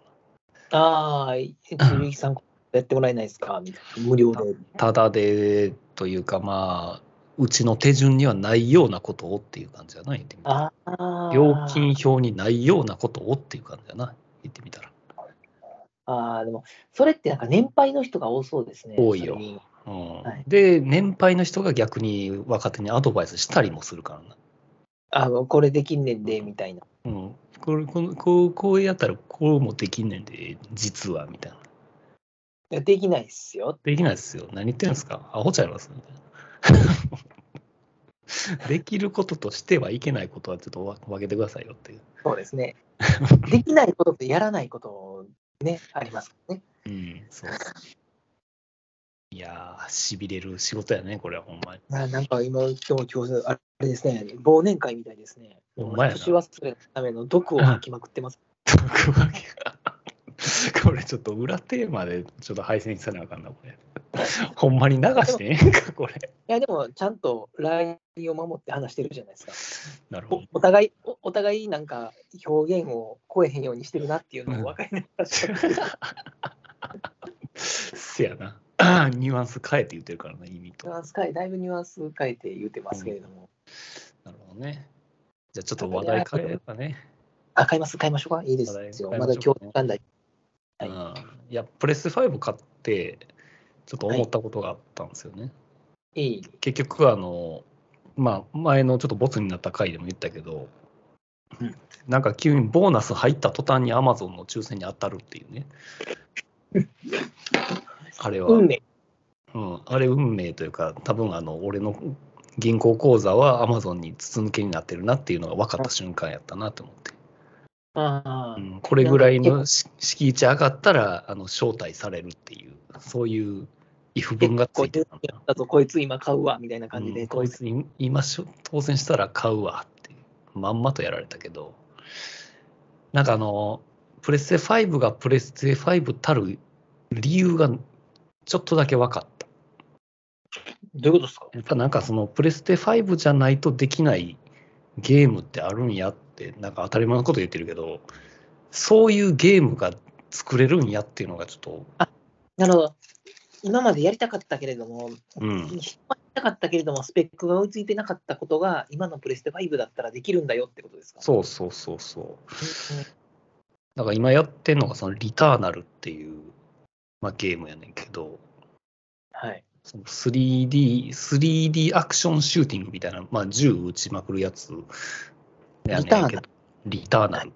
Speaker 3: らな。
Speaker 2: ああ、ゆうきさんやってもらえないですかみたいな無料で。
Speaker 3: タダでというかまあ、うちの手順にはないようなことをっていう感じじゃない言ってみたら。
Speaker 2: ああ。
Speaker 3: 料金表にないようなことをっていう感じじゃない言ってみたら。
Speaker 2: ああ、でも、それってなんか年配の人が多そうですね。
Speaker 3: 多いよ
Speaker 2: それに
Speaker 3: うん
Speaker 2: はい
Speaker 3: で、年配の人が逆に若手にアドバイスしたりもするからな。
Speaker 2: あのこれできんねんで、みたいな。
Speaker 3: うん、これこのこうこうやったらこうもできんねんで、実はみたいな。
Speaker 2: いやできないっすよ。
Speaker 3: できないですよ。何言ってんですかアホちゃいますみたいな。 できることとしてはいけないことはちょっとわ分けてくださいよっていう。
Speaker 2: そうです ね。できないこととやらないこと、ね、ありますからね。
Speaker 3: うん、そうそういやー、しびれる仕事やね、これはほんまに。
Speaker 2: ななんか今、今日も教室、あれですね、忘年会みたいですね。
Speaker 3: ほんまやな
Speaker 2: 年忘れのための毒を吐きまくってます。
Speaker 3: これちょっと裏テーマでちょっと配信せなあかんな、これ。ほんまに流してええんか、これ。
Speaker 2: いや、でも、ちゃんと LINE を守って話してるじゃないですか。
Speaker 3: なるほ
Speaker 2: お
Speaker 3: ど。
Speaker 2: お互いお、お互いなんか表現を超えへんようにしてるなっていうのを分かりながら喋ってる、
Speaker 3: せやな。 ニュアンス変えて言ってるからね、意味と。
Speaker 2: ニュ
Speaker 3: な
Speaker 2: アンス変え、だいぶニュアンス変えて言ってますけれども。
Speaker 3: るほどね。じゃあちょっと話題変えればね。
Speaker 2: あ、買います、買いましょうか。いいですよ。
Speaker 3: 買い
Speaker 2: ま
Speaker 3: ま
Speaker 2: だ
Speaker 3: しょ
Speaker 2: 今
Speaker 3: うか
Speaker 2: 日なんだ。はい
Speaker 3: うんいや、プレス5買って、ちょっと思ったことがあったんですよね。
Speaker 2: いい。
Speaker 3: 結局、あの、まあ、前のちょっとボツになった回でも言ったけど、
Speaker 2: うん
Speaker 3: なんか急にボーナス入った途端に Amazon の抽選に当たるってい うね。あれは、う
Speaker 2: 運
Speaker 3: ん
Speaker 2: 命。
Speaker 3: あれ運命というか、多分あの俺の銀行口座は Amazon に筒抜けになってるなっていうのが分かった瞬間やったなと思って。
Speaker 2: ああ、
Speaker 3: これぐらいのし敷地上がったらあの招待されるっていうそういう異譜文がついてたんだ
Speaker 2: やったぞ、こいつ今買うわ、みたいな感じ
Speaker 3: う
Speaker 2: で。
Speaker 3: んこいつい今しょ当選したら買うわってまんまとやられたけどなんかあのプレステ5がプレステ5たる理由がちょっとだけ分かった
Speaker 2: どういうことですか
Speaker 3: やっぱなんかそのプレステ5じゃないとできないゲームってあるんやってなんか当たり前のこと言ってるけどそういうゲームが作れるんやっていうのがちょっと
Speaker 2: なるほど。今までやりたかったけれども、
Speaker 3: うん
Speaker 2: 人はやりたかったけれども、スペックが追いついてなかったことが、今のプレステ5だったらできるんだよってことですか
Speaker 3: そうそうそうそう
Speaker 2: うん
Speaker 3: だから今やってんのがそのリターナルっていう、まあ、ゲームやねんけど
Speaker 2: はい。
Speaker 3: その 3D, 3D アクションシューティングみたいな、まあ、銃撃ちまくるやつやねんけど
Speaker 2: リターナ
Speaker 3: リターナル。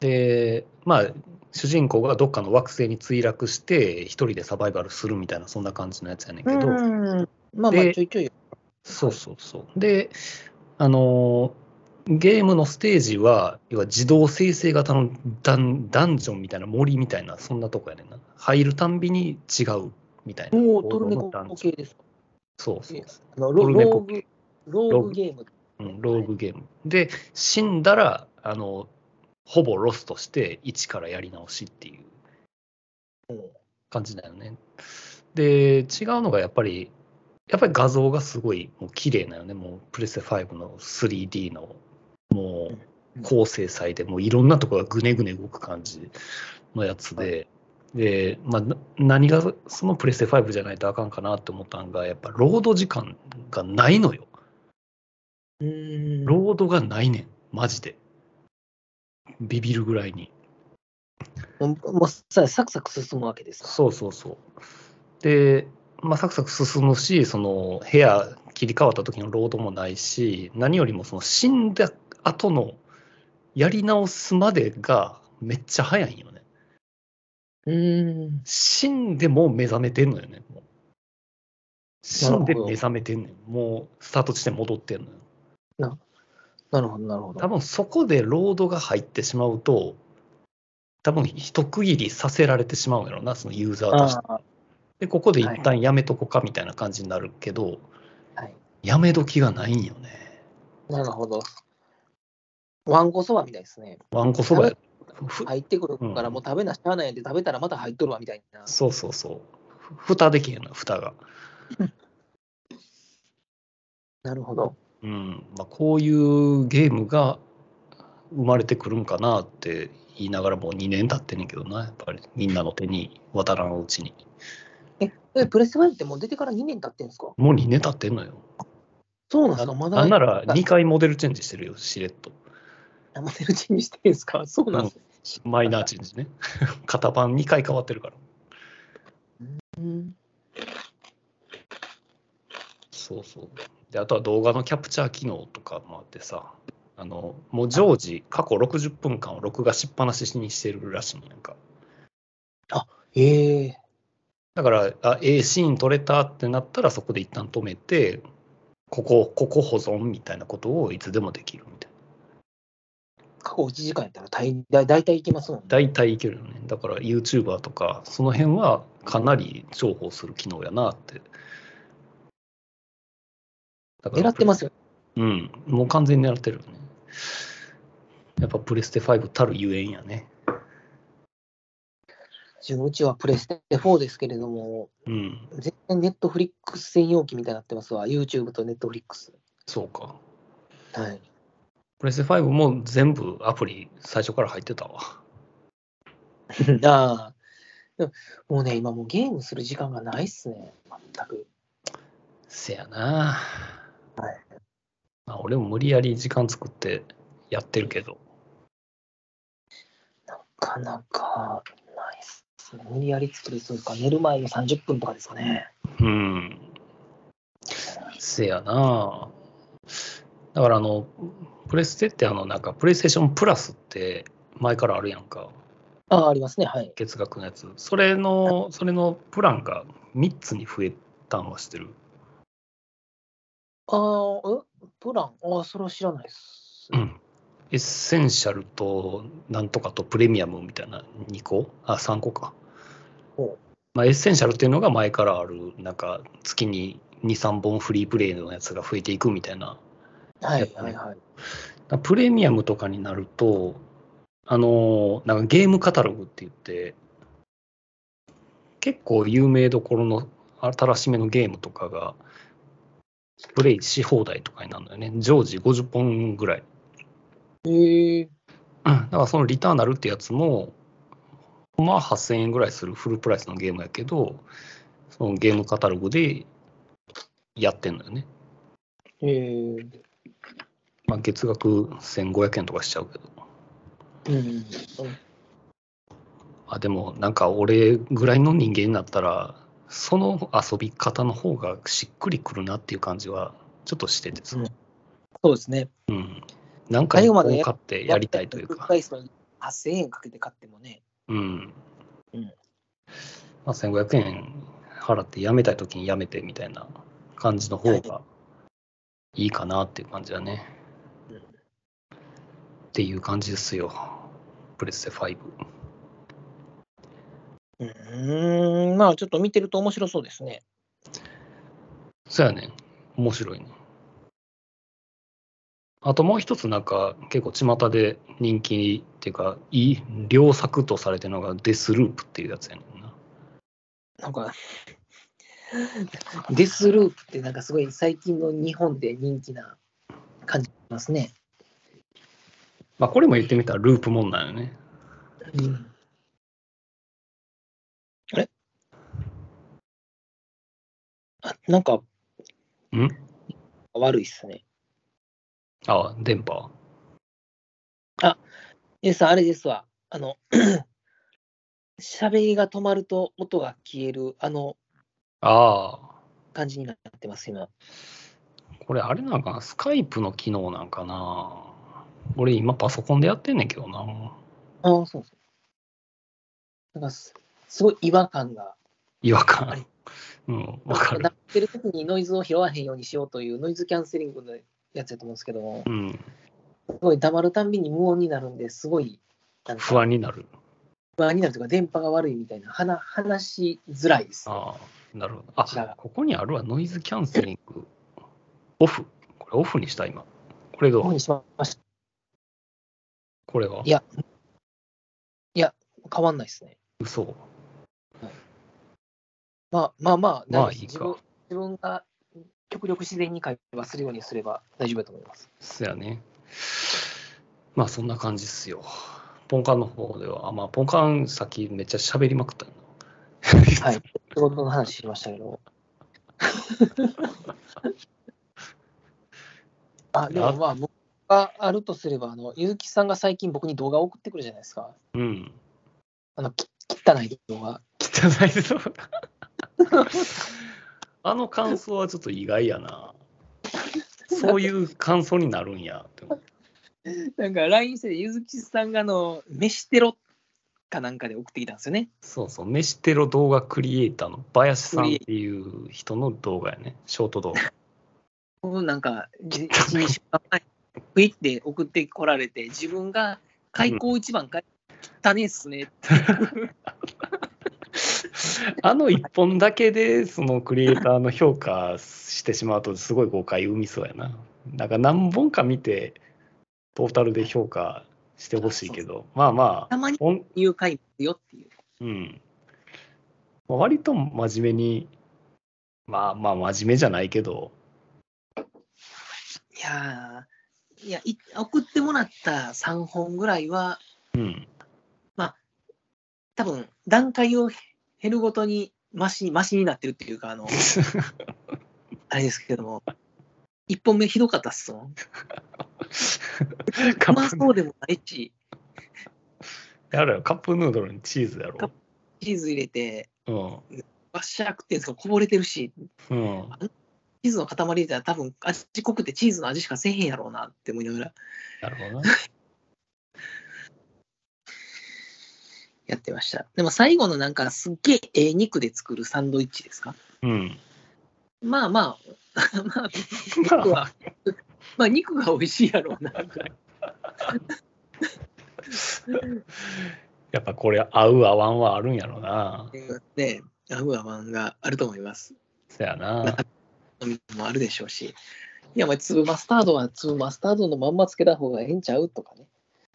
Speaker 3: で、まあ、主人公がどっかの惑星に墜落して、一人でサバイバルするみたいな、そんな感じのやつやねんけど、
Speaker 2: うん。まあまあ、
Speaker 3: で
Speaker 2: ちょいちょい。
Speaker 3: そうそうそう。で、あのーゲームのステージは、要は自動生成型のダンダンジョンみたいな森みたいな、そんなとこやねんな。入るたんびに違うみたいな。
Speaker 2: も
Speaker 3: 王
Speaker 2: う、
Speaker 3: 道
Speaker 2: トルネコ
Speaker 3: のダンジョ
Speaker 2: 系
Speaker 3: ン
Speaker 2: ですか
Speaker 3: そうそうそう。
Speaker 2: あの
Speaker 3: ト
Speaker 2: ロ
Speaker 3: ルネ
Speaker 2: ロー
Speaker 3: コ
Speaker 2: グ
Speaker 3: 系、
Speaker 2: ローグゲーム。
Speaker 3: うん、ローグゲーム。で、死んだら、あの、ほぼロスとして、一からやり直しっていう感じだよね。で、違うのがやっぱり、やっぱり画像がすごいもう綺麗なよね、もうプレステ5の 3D のも
Speaker 2: う
Speaker 3: うん高精細で、もういろんなところがぐねぐね動く感じのやつで、で、まあ、な何がそのプレステ5じゃないとあかんかなって思ったんが、やっぱロード時間がないのよ。
Speaker 2: うん。
Speaker 3: ロードがないねん、マジで。ビビるぐらいに。
Speaker 2: もう、もうさサクサク進むわけですか
Speaker 3: そうそうそう。で、まあ、サクサク進むし、その部屋切り替わった時のロードもないし、何よりもその死んだ後のやり直すまでがめっちゃ早いんよね。
Speaker 2: うん。
Speaker 3: 死んでも目覚めてんのよね。もう死んで目覚めてんのよ。もうスタート地点戻ってんのよ。
Speaker 2: なるほど、なるほど。
Speaker 3: 多分そこでロードが入ってしまうと、多分一区切りさせられてしまうんやろな、そのユーザーとして。
Speaker 2: あ
Speaker 3: で、ここで一旦やめとこかみたいな感じになるけど、
Speaker 2: あはい。
Speaker 3: やめ時がないんよね。
Speaker 2: なるほど。わんこそばみたいですね。
Speaker 3: わんこそばや。ふ
Speaker 2: 入ってくるから
Speaker 3: うん
Speaker 2: もう食べなしゃあないんで食べたらまた入っとるわみたいな。
Speaker 3: そうそうそう。ふ蓋できへんな、蓋が。
Speaker 2: なるほど。
Speaker 3: うんまあ、こういうゲームが生まれてくるんかなって言いながらもう2年経ってんねんけどなやっぱりみんなの手に渡らんうちに
Speaker 2: え、プレス5ってもう出てから2年経ってんですか
Speaker 3: もう2年経ってんのよ
Speaker 2: そうなんです
Speaker 3: な
Speaker 2: かまだ。
Speaker 3: なんなら2回モデルチェンジしてるよしれっと
Speaker 2: モデルチェンジしてるんですかそうなんですね。
Speaker 3: マイナーチェンジね 型番2回変わってるから
Speaker 2: うん
Speaker 3: そうそうであとは動画のキャプチャー機能とかもあってさあのもう常時過去60分間を録画しっぱなしにしてるらしいのなんか
Speaker 2: ええ
Speaker 3: だから、あ、ええシーン撮れたってなったら、そこで一旦止めて、ここ、ここ保存みたいなことをいつでもできるみたいな。
Speaker 2: 過去1時間やったら大大大体いきますもんね。
Speaker 3: 大体いけるよね。だから、YouTuber とか、その辺はかなり重宝する機能やなって。だか
Speaker 2: 狙
Speaker 3: ら
Speaker 2: ってますよ。
Speaker 3: うん。もう完全に狙ってるよね。やっぱプレステ5たるゆえんやね。
Speaker 2: 自分うちはプレステ4ですけれども、
Speaker 3: うん。
Speaker 2: 全然ネットフリックス専用機みたいになってますわ。YouTube とネットフリックス。
Speaker 3: そうか。
Speaker 2: はい。
Speaker 3: プレステ5も全部アプリ最初から入ってたわ。
Speaker 2: ああ。でももうね、今もうゲームする時間がないっすね。全く。
Speaker 3: せやな。
Speaker 2: はい
Speaker 3: まあ、俺も無理やり時間作ってやってるけど、
Speaker 2: なかなかないっすね。無理やり作るというか、寝る前の30分とかですかね。
Speaker 3: うん。せやな。だからあの、プレステってあの、なんか、プレイステーションプラスって前からあるやんか、
Speaker 2: ああ、ありますね。はい。
Speaker 3: 月額のやつ。それの、それのプランが3つに増えたんはしてる。
Speaker 2: ああ、えプランああ、それは知らないっす。
Speaker 3: うん。エッセンシャルと、なんとかとプレミアムみたいな2個あ、3個か。
Speaker 2: ほ
Speaker 3: まあ、エッセンシャルっていうのが前からある、なんか月に2、3本フリープレイのやつが増えていくみたいな。
Speaker 2: は
Speaker 3: やっ
Speaker 2: い
Speaker 3: ぱ
Speaker 2: は
Speaker 3: ね
Speaker 2: いはい。
Speaker 3: プレミアムとかになると、あのーなんかゲームカタログって言って、結構有名どころの新しめのゲームとかが、プレイし放題とかになるのよね。常時50本ぐらい。
Speaker 2: へえ。
Speaker 3: うんだからそのリターナルってやつも、まあ8000円ぐらいするフルプライスのゲームやけど、そのゲームカタログでやってんのよね。
Speaker 2: へえ。
Speaker 3: まあ月額1500円とかしちゃうけど。
Speaker 2: うん。
Speaker 3: まあでもなんか俺ぐらいの人間になったら、その遊び方の方がしっくりくるなっていう感じはちょっとしててさ。
Speaker 2: そうですね。
Speaker 3: うん。なんか一本買ってやりたいというか
Speaker 2: プ。ライスの8000円かけて買ってもね。
Speaker 3: うん。
Speaker 2: うん
Speaker 3: まあ、1500円払って辞めたいときに辞めてみたいな感じの方がいいかなっていう感じだね。
Speaker 2: うん
Speaker 3: っていう感じですよ。プレステ5。
Speaker 2: うーん。まあちょっと見てると面白そうですね。
Speaker 3: そうやね。面白いね。あともう一つなんか結構巷で人気っていうか、いい、良作とされてるのがデスループっていうやつやねんな。
Speaker 2: なんか。デスループってなんかすごい最近の日本で人気な感じしますね。
Speaker 3: まあこれも言ってみたらループもんなんよね。
Speaker 2: うん。あれあ、なんか
Speaker 3: ん
Speaker 2: 悪いっすね。
Speaker 3: あ、電波。
Speaker 2: えさん、あれですわ。あの、 喋りが止まると音が消える、あの
Speaker 3: ああ。
Speaker 2: 感じになってます、今。
Speaker 3: これあれなんかな、スカイプの機能なんかな。俺今パソコンでやってんねんけどな。
Speaker 2: ああ、そうそう。なんかす、すごい違和感が。
Speaker 3: 違和
Speaker 2: あ
Speaker 3: 感
Speaker 2: れ。
Speaker 3: うん、わか
Speaker 2: 鳴
Speaker 3: る
Speaker 2: っ。てる時にノイズを拾わへんようにしようというノイズキャンセリングのやつやと思うんですけども
Speaker 3: う、ん、
Speaker 2: すごい黙るたんびに無音になるんで、すごい、なんか
Speaker 3: 不安になる。
Speaker 2: 不安になるというか、電波が悪いみたいな、話話しづらいです。
Speaker 3: ああ、なるほど。あ
Speaker 2: 違う、
Speaker 3: ここにあるわ、ノイズキャンセリング。オフ。これオフにした、今。これど
Speaker 2: こういうふう
Speaker 3: う
Speaker 2: にしました。
Speaker 3: これは。
Speaker 2: いや変わんないですね。
Speaker 3: 嘘。
Speaker 2: まあまあまあ、
Speaker 3: ま
Speaker 2: 大丈
Speaker 3: あ
Speaker 2: 夫です
Speaker 3: いいか
Speaker 2: 自分自分が極力自然に会話するようにすれば大丈夫だと思います。
Speaker 3: そやね。まあそんな感じっすよ。ポンカンの方では、あまあポンカンさっきめっちゃ喋りまくったよな。
Speaker 2: はい。仕事の話しましたけ ど。あでもまあ僕があるとすれば、あの結城さんが最近僕に動画を送ってくるじゃないですか。
Speaker 3: うん。
Speaker 2: あのき汚い動画。
Speaker 3: 汚いぞ。 あの感想はちょっと意外やな。そういう感想になるんやって思う。
Speaker 2: なんか LINE してて、ゆずきさんがあの、飯テロかなんかで送ってきたんですよね。
Speaker 3: そうそう、飯テロ動画クリエイターの林さんっていう人の動画や ね。ショート動画。
Speaker 2: もうなんか、じ1、2週間前、クイって送ってこられて、自分が開口一番か、汚ねえっすね。
Speaker 3: あの一本だけでそのクリエイターの評価してしまうとすごい誤解生みそうやな。なんか何本か見てトータルで評価してほしいけど、まあま
Speaker 2: たまに
Speaker 3: あ、ほん
Speaker 2: 誘拐よっていう。
Speaker 3: うん。まあ割と真面目に、まあまあ真面目じゃないけど、
Speaker 2: いやーいやい、送ってもらった3本ぐらいは、
Speaker 3: うん。
Speaker 2: 多分段階を減るごとにマシマシになってるっていうか、あの、あれですけども、1本目ひどかったっすもん。
Speaker 3: カ
Speaker 2: うま
Speaker 3: ップ
Speaker 2: そうでもないし、
Speaker 3: やろよカップヌードルにチーズや
Speaker 2: カッ
Speaker 3: ろ。
Speaker 2: チーズ入れて、
Speaker 3: うん。
Speaker 2: わっしゃー食ってんすけど、こぼれてるし、
Speaker 3: うん、
Speaker 2: チーズの塊入れたら多分味濃くてチーズの味しかせえへんやろうなって思いながら
Speaker 3: なるほどな。
Speaker 2: やってました。でも最後のなんかすっげえええ肉で作るサンドイッチですか
Speaker 3: うん。
Speaker 2: まあまあ、まあ、肉は、まあ肉が美味しいやろうな。
Speaker 3: やっぱこれ合う合わんはあるんやろな。
Speaker 2: ね、アフアマンがあると思います。
Speaker 3: そやな。
Speaker 2: 飲み物もあるでしょうし。いや、お前粒マスタードは粒マスタードのまんまつけた方がええんちゃうとかね。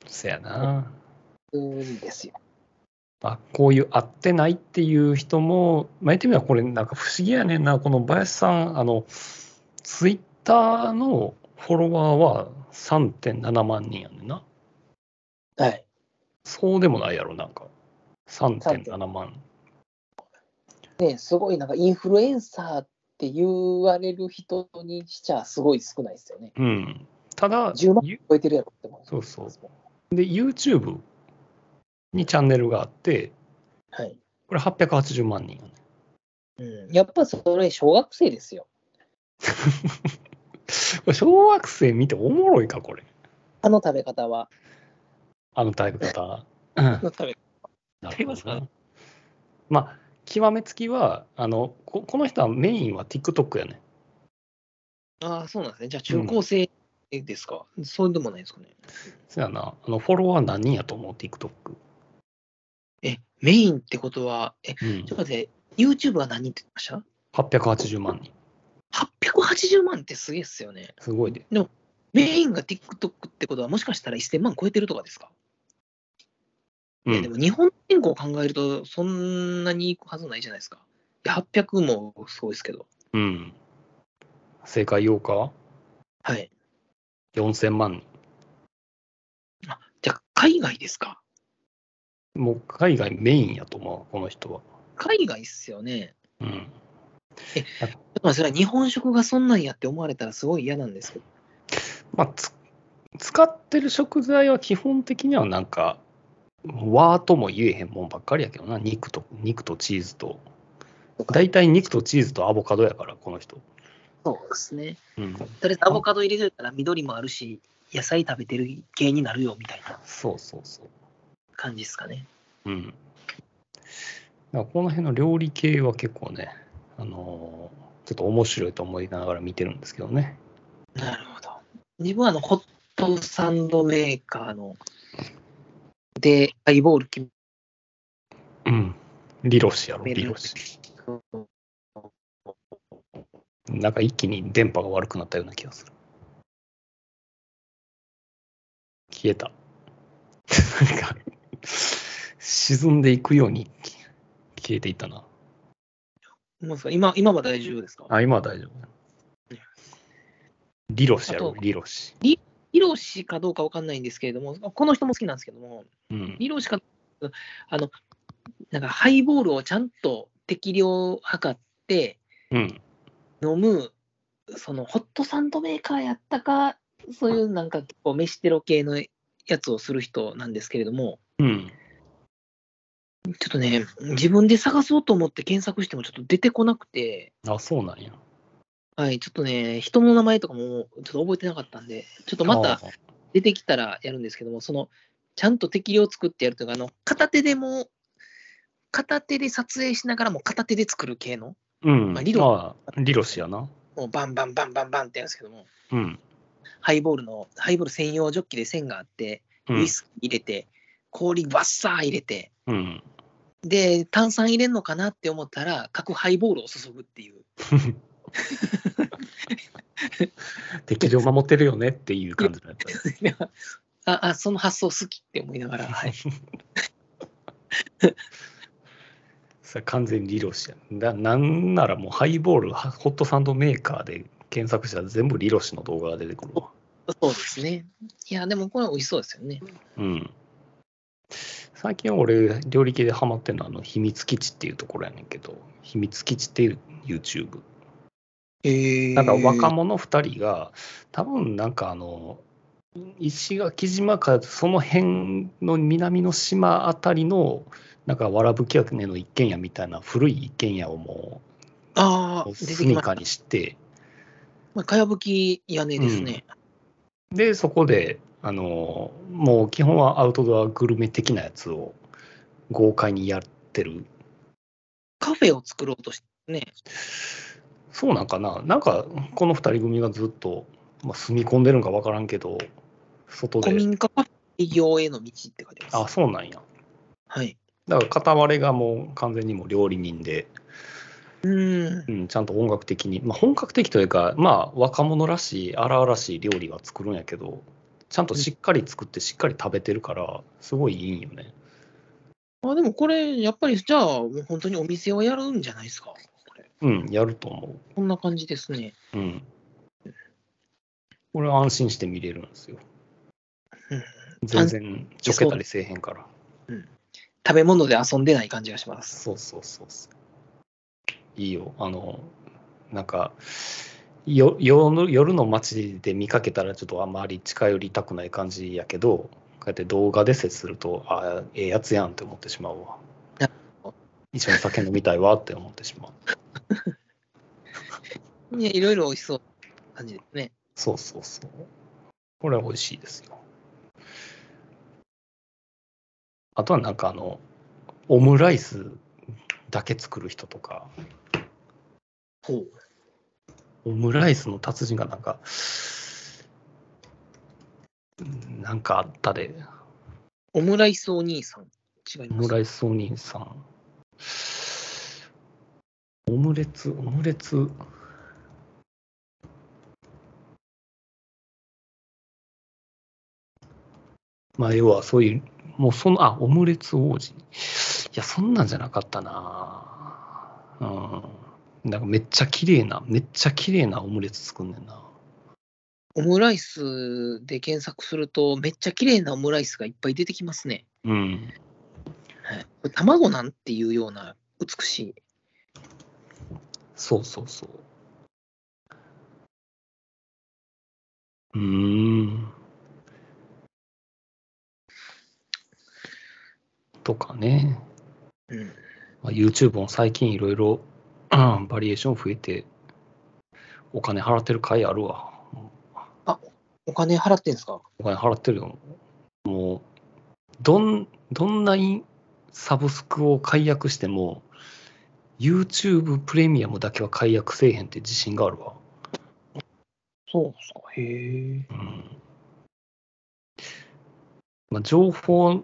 Speaker 3: そやな。
Speaker 2: うんですよ。
Speaker 3: まあ、こういう合ってないっていう人も、まあ、言ってみればこれなんか不思議やねんな。この林さん、あの、ツイッターのフォロワーは3.7万人やねんな。
Speaker 2: はい。
Speaker 3: そうでもないやろ、なんか。3.7万。
Speaker 2: ね、すごいなんかインフルエンサーって言われる人にしちゃすごい少ないですよね。
Speaker 3: うん。ただ、
Speaker 2: 10万
Speaker 3: ゆ
Speaker 2: 超えてるやろって思う。
Speaker 3: そうそう。で、YouTube にチャンネルがあって、
Speaker 2: はい。
Speaker 3: これ880万人やね。
Speaker 2: うん、やっぱそれ小学生ですよ。
Speaker 3: これ小学生見ておもろいか、これ。
Speaker 2: あの食べ方は。
Speaker 3: あの食べ方。うん
Speaker 2: あの食べ
Speaker 3: な
Speaker 2: りますか
Speaker 3: ね。まあ、極めつきは、あのここの人はメインは TikTok やね。
Speaker 2: ああ、そうなんですね。じゃあ中高生ですか、そうでもないですかね。
Speaker 3: そうやな。あのフォロワー何人やと思う、TikTok。
Speaker 2: え、メインってことは、え、
Speaker 3: うん
Speaker 2: ちょっと待って、YouTube は何人って言ってました
Speaker 3: 880万人。
Speaker 2: 880万ってすげえっすよね。
Speaker 3: すごいで。
Speaker 2: メインが TikTok ってことは、もしかしたら1000万超えてるとかですか、
Speaker 3: う
Speaker 2: いやで
Speaker 3: ん、
Speaker 2: も日本人口を考えると、そんなにいくはずないじゃないですか。いや800もすごいですけど。
Speaker 3: うん。正解8日
Speaker 2: はい。
Speaker 3: 4000万
Speaker 2: じゃあ、海外ですか
Speaker 3: 人。もう海外メインやと思う、この人は。
Speaker 2: 海外っすよね。
Speaker 3: うん。
Speaker 2: ちょっと待ってそれは日本食がそんなんやって思われたらすごい嫌なんですけど。
Speaker 3: まあ、つ使ってる食材は基本的にはなんか、和とも言えへんもんばっかりやけどな、肉と、肉とチーズと。大体肉とチーズとアボカドやから、この人。
Speaker 2: そうですね。
Speaker 3: うん、
Speaker 2: とりあえずアボカド入れといたら緑もあるし、野菜食べてる系になるよみたいな
Speaker 3: そうそうそ
Speaker 2: 感じですかね。
Speaker 3: う。うん。だからこの辺の料理系は結構ね、あのーちょっと面白いと思いながら見てるんですけどね。
Speaker 2: なるほど。自分はあのホットサンドメーカーのでハイボール決
Speaker 3: うん。リロシやろ、
Speaker 2: め
Speaker 3: リ
Speaker 2: る
Speaker 3: ロシ。なんか一気に電波が悪くなったような気がする。消えた。 なんか、沈んでいくように消えていったな。
Speaker 2: もうですか今、今は大丈夫ですか
Speaker 3: あ、今は大丈夫。リロシや
Speaker 2: あ
Speaker 3: ろ
Speaker 2: と、
Speaker 3: リロシ。
Speaker 2: ヒロシかどうかわかんないんですけれども、この人も好きなんですけども、
Speaker 3: うん。
Speaker 2: ヒロシか、あの、なんかハイボールをちゃんと適量測って
Speaker 3: うん。
Speaker 2: 飲む、そのホットサンドメーカーやったか、そういうなんか結構飯テロ系のやつをする人なんですけれども、
Speaker 3: うん。
Speaker 2: ちょっとね、自分で探そうと思って検索してもちょっと出てこなくて、
Speaker 3: あ、そうなんや。
Speaker 2: はい、ちょっとね、人の名前とかもちょっと覚えてなかったんで、ちょっとまた
Speaker 3: あー。
Speaker 2: 出てきたらやるんですけども、そのちゃんと適量作ってやるというか、あの片手でも、片手で撮影しながらも片手で作る系の、
Speaker 3: うん。
Speaker 2: ま
Speaker 3: ま
Speaker 2: あ
Speaker 3: あ、
Speaker 2: リ
Speaker 3: リ
Speaker 2: ロ
Speaker 3: ロシやな。
Speaker 2: もうバンバンバンバンバンってやるんですけども、
Speaker 3: うん。
Speaker 2: ハイボールの、ハイボール専用ジョッキで線があって、
Speaker 3: う
Speaker 2: ウ
Speaker 3: ん
Speaker 2: イ。スキー入れて、氷バッサー入れて、
Speaker 3: うん、
Speaker 2: で、炭酸入れんのかなって思ったら、各ハイボールを注ぐっていう、
Speaker 3: 適量守ってるよねっていう感じのやつ。
Speaker 2: ああ、その発想好きって思いながら、 はい、
Speaker 3: それ完全にリロシや。だなんならもうハイボール、はホットサンドメーカーで検索したら全部リロシの動画が出てくるわ。
Speaker 2: そうですね。いや、でもこれ美味しそうですよね。
Speaker 3: うん。最近俺、料理系でハマってるのは、あの、秘密基地っていうところやねんけど、秘密基地っていう YouTube。
Speaker 2: へ
Speaker 3: なんか若者2人が、多分なんかあの、石垣島か、その辺の南の島あたりの、なんかわらぶき屋根の一軒家みたいな古い一軒家をも
Speaker 2: ああ、
Speaker 3: う、
Speaker 2: 出て
Speaker 3: 住
Speaker 2: き
Speaker 3: み
Speaker 2: ました
Speaker 3: かにして、
Speaker 2: まあ、かやぶき屋根ですね。
Speaker 3: で、そこで、あの、もう基本はアウトドアグルメ的なやつを豪快にやってる
Speaker 2: カフェを作ろうとしてね。
Speaker 3: そうなんかな、なんかこの2人組がずっと、まあ、住み込んでるんか分からんけど、外
Speaker 2: 古
Speaker 3: で、
Speaker 2: 民家カフェ企業への道って書いてます。
Speaker 3: あ、そうなんや。
Speaker 2: はい。
Speaker 3: だから片割れがもう完全にもう料理人で、
Speaker 2: うーん。
Speaker 3: うん、ちゃんと音楽的に、まあ、本格的というか、まあ、若者らしい、荒々しい料理は作るんやけど、ちゃんとしっかり作って、しっかり食べてるから、すごいいいんよね。
Speaker 2: あ、でもこれ、やっぱり、じゃあ、もう本当にお店をやるんじゃないですか。これ
Speaker 3: うん、やると思
Speaker 2: こんな感じですね。
Speaker 3: う。うん。これは安心して見れるんですよ。
Speaker 2: うん
Speaker 3: 全然、ちょけたりせえへんから。
Speaker 2: 食べ物で遊んでない感じがします。
Speaker 3: そうそうそうそう。いいよ。あの、なんか、よ夜の夜の街で見かけたらちょっとあまり近寄りたくない感じやけど、こうやって動画で接すると、ああ、ええやつやんって思ってしまうわ
Speaker 2: なる。
Speaker 3: 一緒に酒飲みたいわって思ってしまう。
Speaker 2: いや、いろいろ美味しそうな感じですね。
Speaker 3: そうそうそう。これは美味しいですよ。あとはなんかあの、オムライスだけ作る人とか。
Speaker 2: ほう。
Speaker 3: オムライスの達人がなんか、なんかあったで、
Speaker 2: オムライスお兄さん。違い
Speaker 3: オ
Speaker 2: ま
Speaker 3: ム
Speaker 2: す。
Speaker 3: ライスお兄さん。オムレツ、オムレツ。まあ、要はそういう、もうその、あ、オムレツ王子。いや、そんなんじゃなかったなうん。なんかめっちゃ綺麗な、めっちゃ綺麗なオムレツ作んねんな。
Speaker 2: オムライスで検索すると、めっちゃ綺麗なオムライスがいっぱい出てきますね。
Speaker 3: うん。
Speaker 2: はい、これ卵なんていうような美しい。
Speaker 3: そうそうそう。うーん。とかね、
Speaker 2: うん
Speaker 3: まあ、YouTube も最近いろいろうん バリエーション増えて、お金払ってる回あるわ。
Speaker 2: お金払ってんですか
Speaker 3: お金払ってるよ。もう、どん、どんなインサブスクを解約しても、YouTube プレミアムだけは解約せえへんって自信があるわ。
Speaker 2: そうですか。へえ。
Speaker 3: うんまあ、情報、や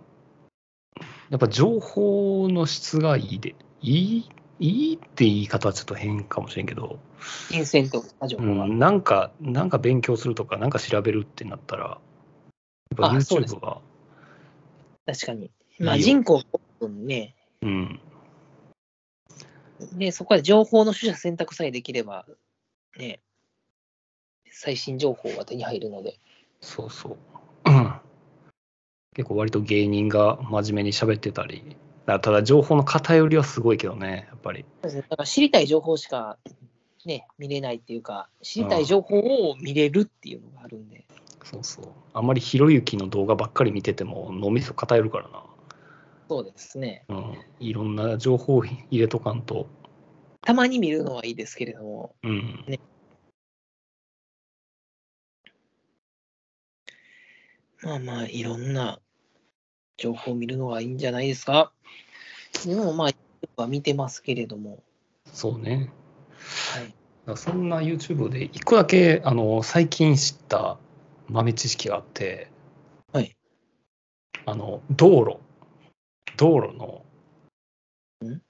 Speaker 3: っぱ情報の質がいいで、いい、いいって言い方はちょっと変かもしれんけど、
Speaker 2: 金銭とか情
Speaker 3: う
Speaker 2: 報が。
Speaker 3: ん、なんか、なんか勉強するとか、なんか調べるってなったら、やっぱ
Speaker 2: あそうです
Speaker 3: YouTube は
Speaker 2: 確かに。
Speaker 3: いいよ
Speaker 2: まあ、人口多分ね、
Speaker 3: うん。
Speaker 2: ね、そこは情報の取捨選択さえできれば、ね、最新情報は手に入るので。
Speaker 3: そ うそう。うん結構割と芸人が真面目に喋ってたり、あただ情報の偏りはすごいけどね、やっぱり。
Speaker 2: そうですねだから知りたい情報しか、ね、見れないっていうか、知りたい情報を見れるっていうのがあるんで。
Speaker 3: そうそう。あんまりひろゆきの動画ばっかり見てても脳みそ偏るからな。
Speaker 2: そうですね。
Speaker 3: うん、いろんな情報を入れとかんと。
Speaker 2: たまに見るのはいいですけれども、
Speaker 3: うん。
Speaker 2: まあまあ、いろんな情報を見るのはいいんじゃないですか。でもまあ、僕は見てますけれども、
Speaker 3: そうね。
Speaker 2: はい、
Speaker 3: だからそんな YouTube で一個だけあの最近知った豆知識があって、
Speaker 2: はい。
Speaker 3: あの、道路。道路の
Speaker 2: ん、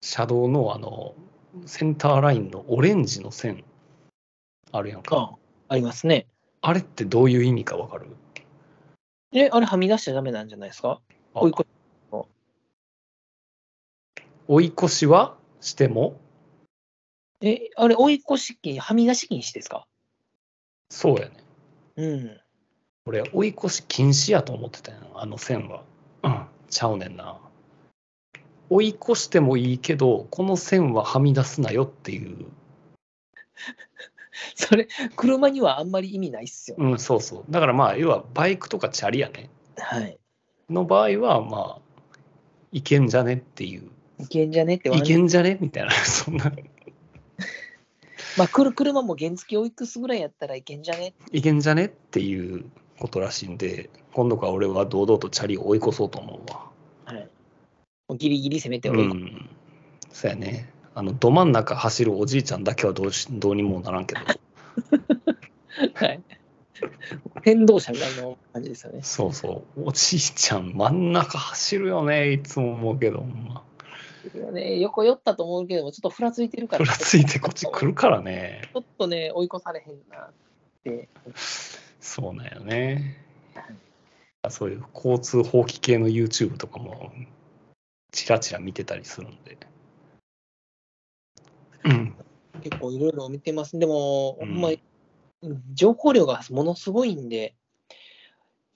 Speaker 3: 車道のあの、センターラインのオレンジの線あるやんか。
Speaker 2: あありますね。
Speaker 3: あれってどういう意味かわかる
Speaker 2: え、あれはみ出しちゃダメなんじゃないですか
Speaker 3: あ
Speaker 2: 追い越し
Speaker 3: 追い越しはしても、
Speaker 2: え、あれ、追い越し禁止、はみ出し禁止ですか
Speaker 3: そうやね。
Speaker 2: うん。
Speaker 3: 俺、追い越し禁止やと思ってたやん、あの線は。うん、ちゃうねんな。追い越してもいいけど、この線ははみ出すなよっていう。
Speaker 2: それ、車にはあんまり意味ないっすよ。
Speaker 3: うん、そうそう。だからまあ、要はバイクとかチャリやね。
Speaker 2: はい。
Speaker 3: の場合は、まあ、いけんじゃねっていう。
Speaker 2: いけんじゃねって
Speaker 3: いけんじゃねみたいな、 そんな、
Speaker 2: まあ、来る車も原付をいくすぐらいやったらいけんじゃね
Speaker 3: いけんじゃねっていうことらしいんで、今度から俺は堂々とチャリを追い越そうと思うわ。
Speaker 2: はい。もうギリギリ攻めて追
Speaker 3: う
Speaker 2: い越
Speaker 3: ん。そうやね。あの、ど真ん中走るおじいちゃんだけはどうしどうにもならんけど。
Speaker 2: はい。 変動車みたいな感じですよね。
Speaker 3: そうそう。おじいちゃん、真ん中走るよね。いつも思うけど、ほんま
Speaker 2: ね横寄ったと思うけども、ちょっとふらついてるから、
Speaker 3: ふらついてこっち来るからね。
Speaker 2: ちょっとね、追い越されへんなって。
Speaker 3: そうなんよね。そういう交通法規系の YouTube とかも、ちらちら見てたりするんで。うん。
Speaker 2: 結構いろいろ見てます。でも、
Speaker 3: うん
Speaker 2: ほんまに、情報量がものすごいんで、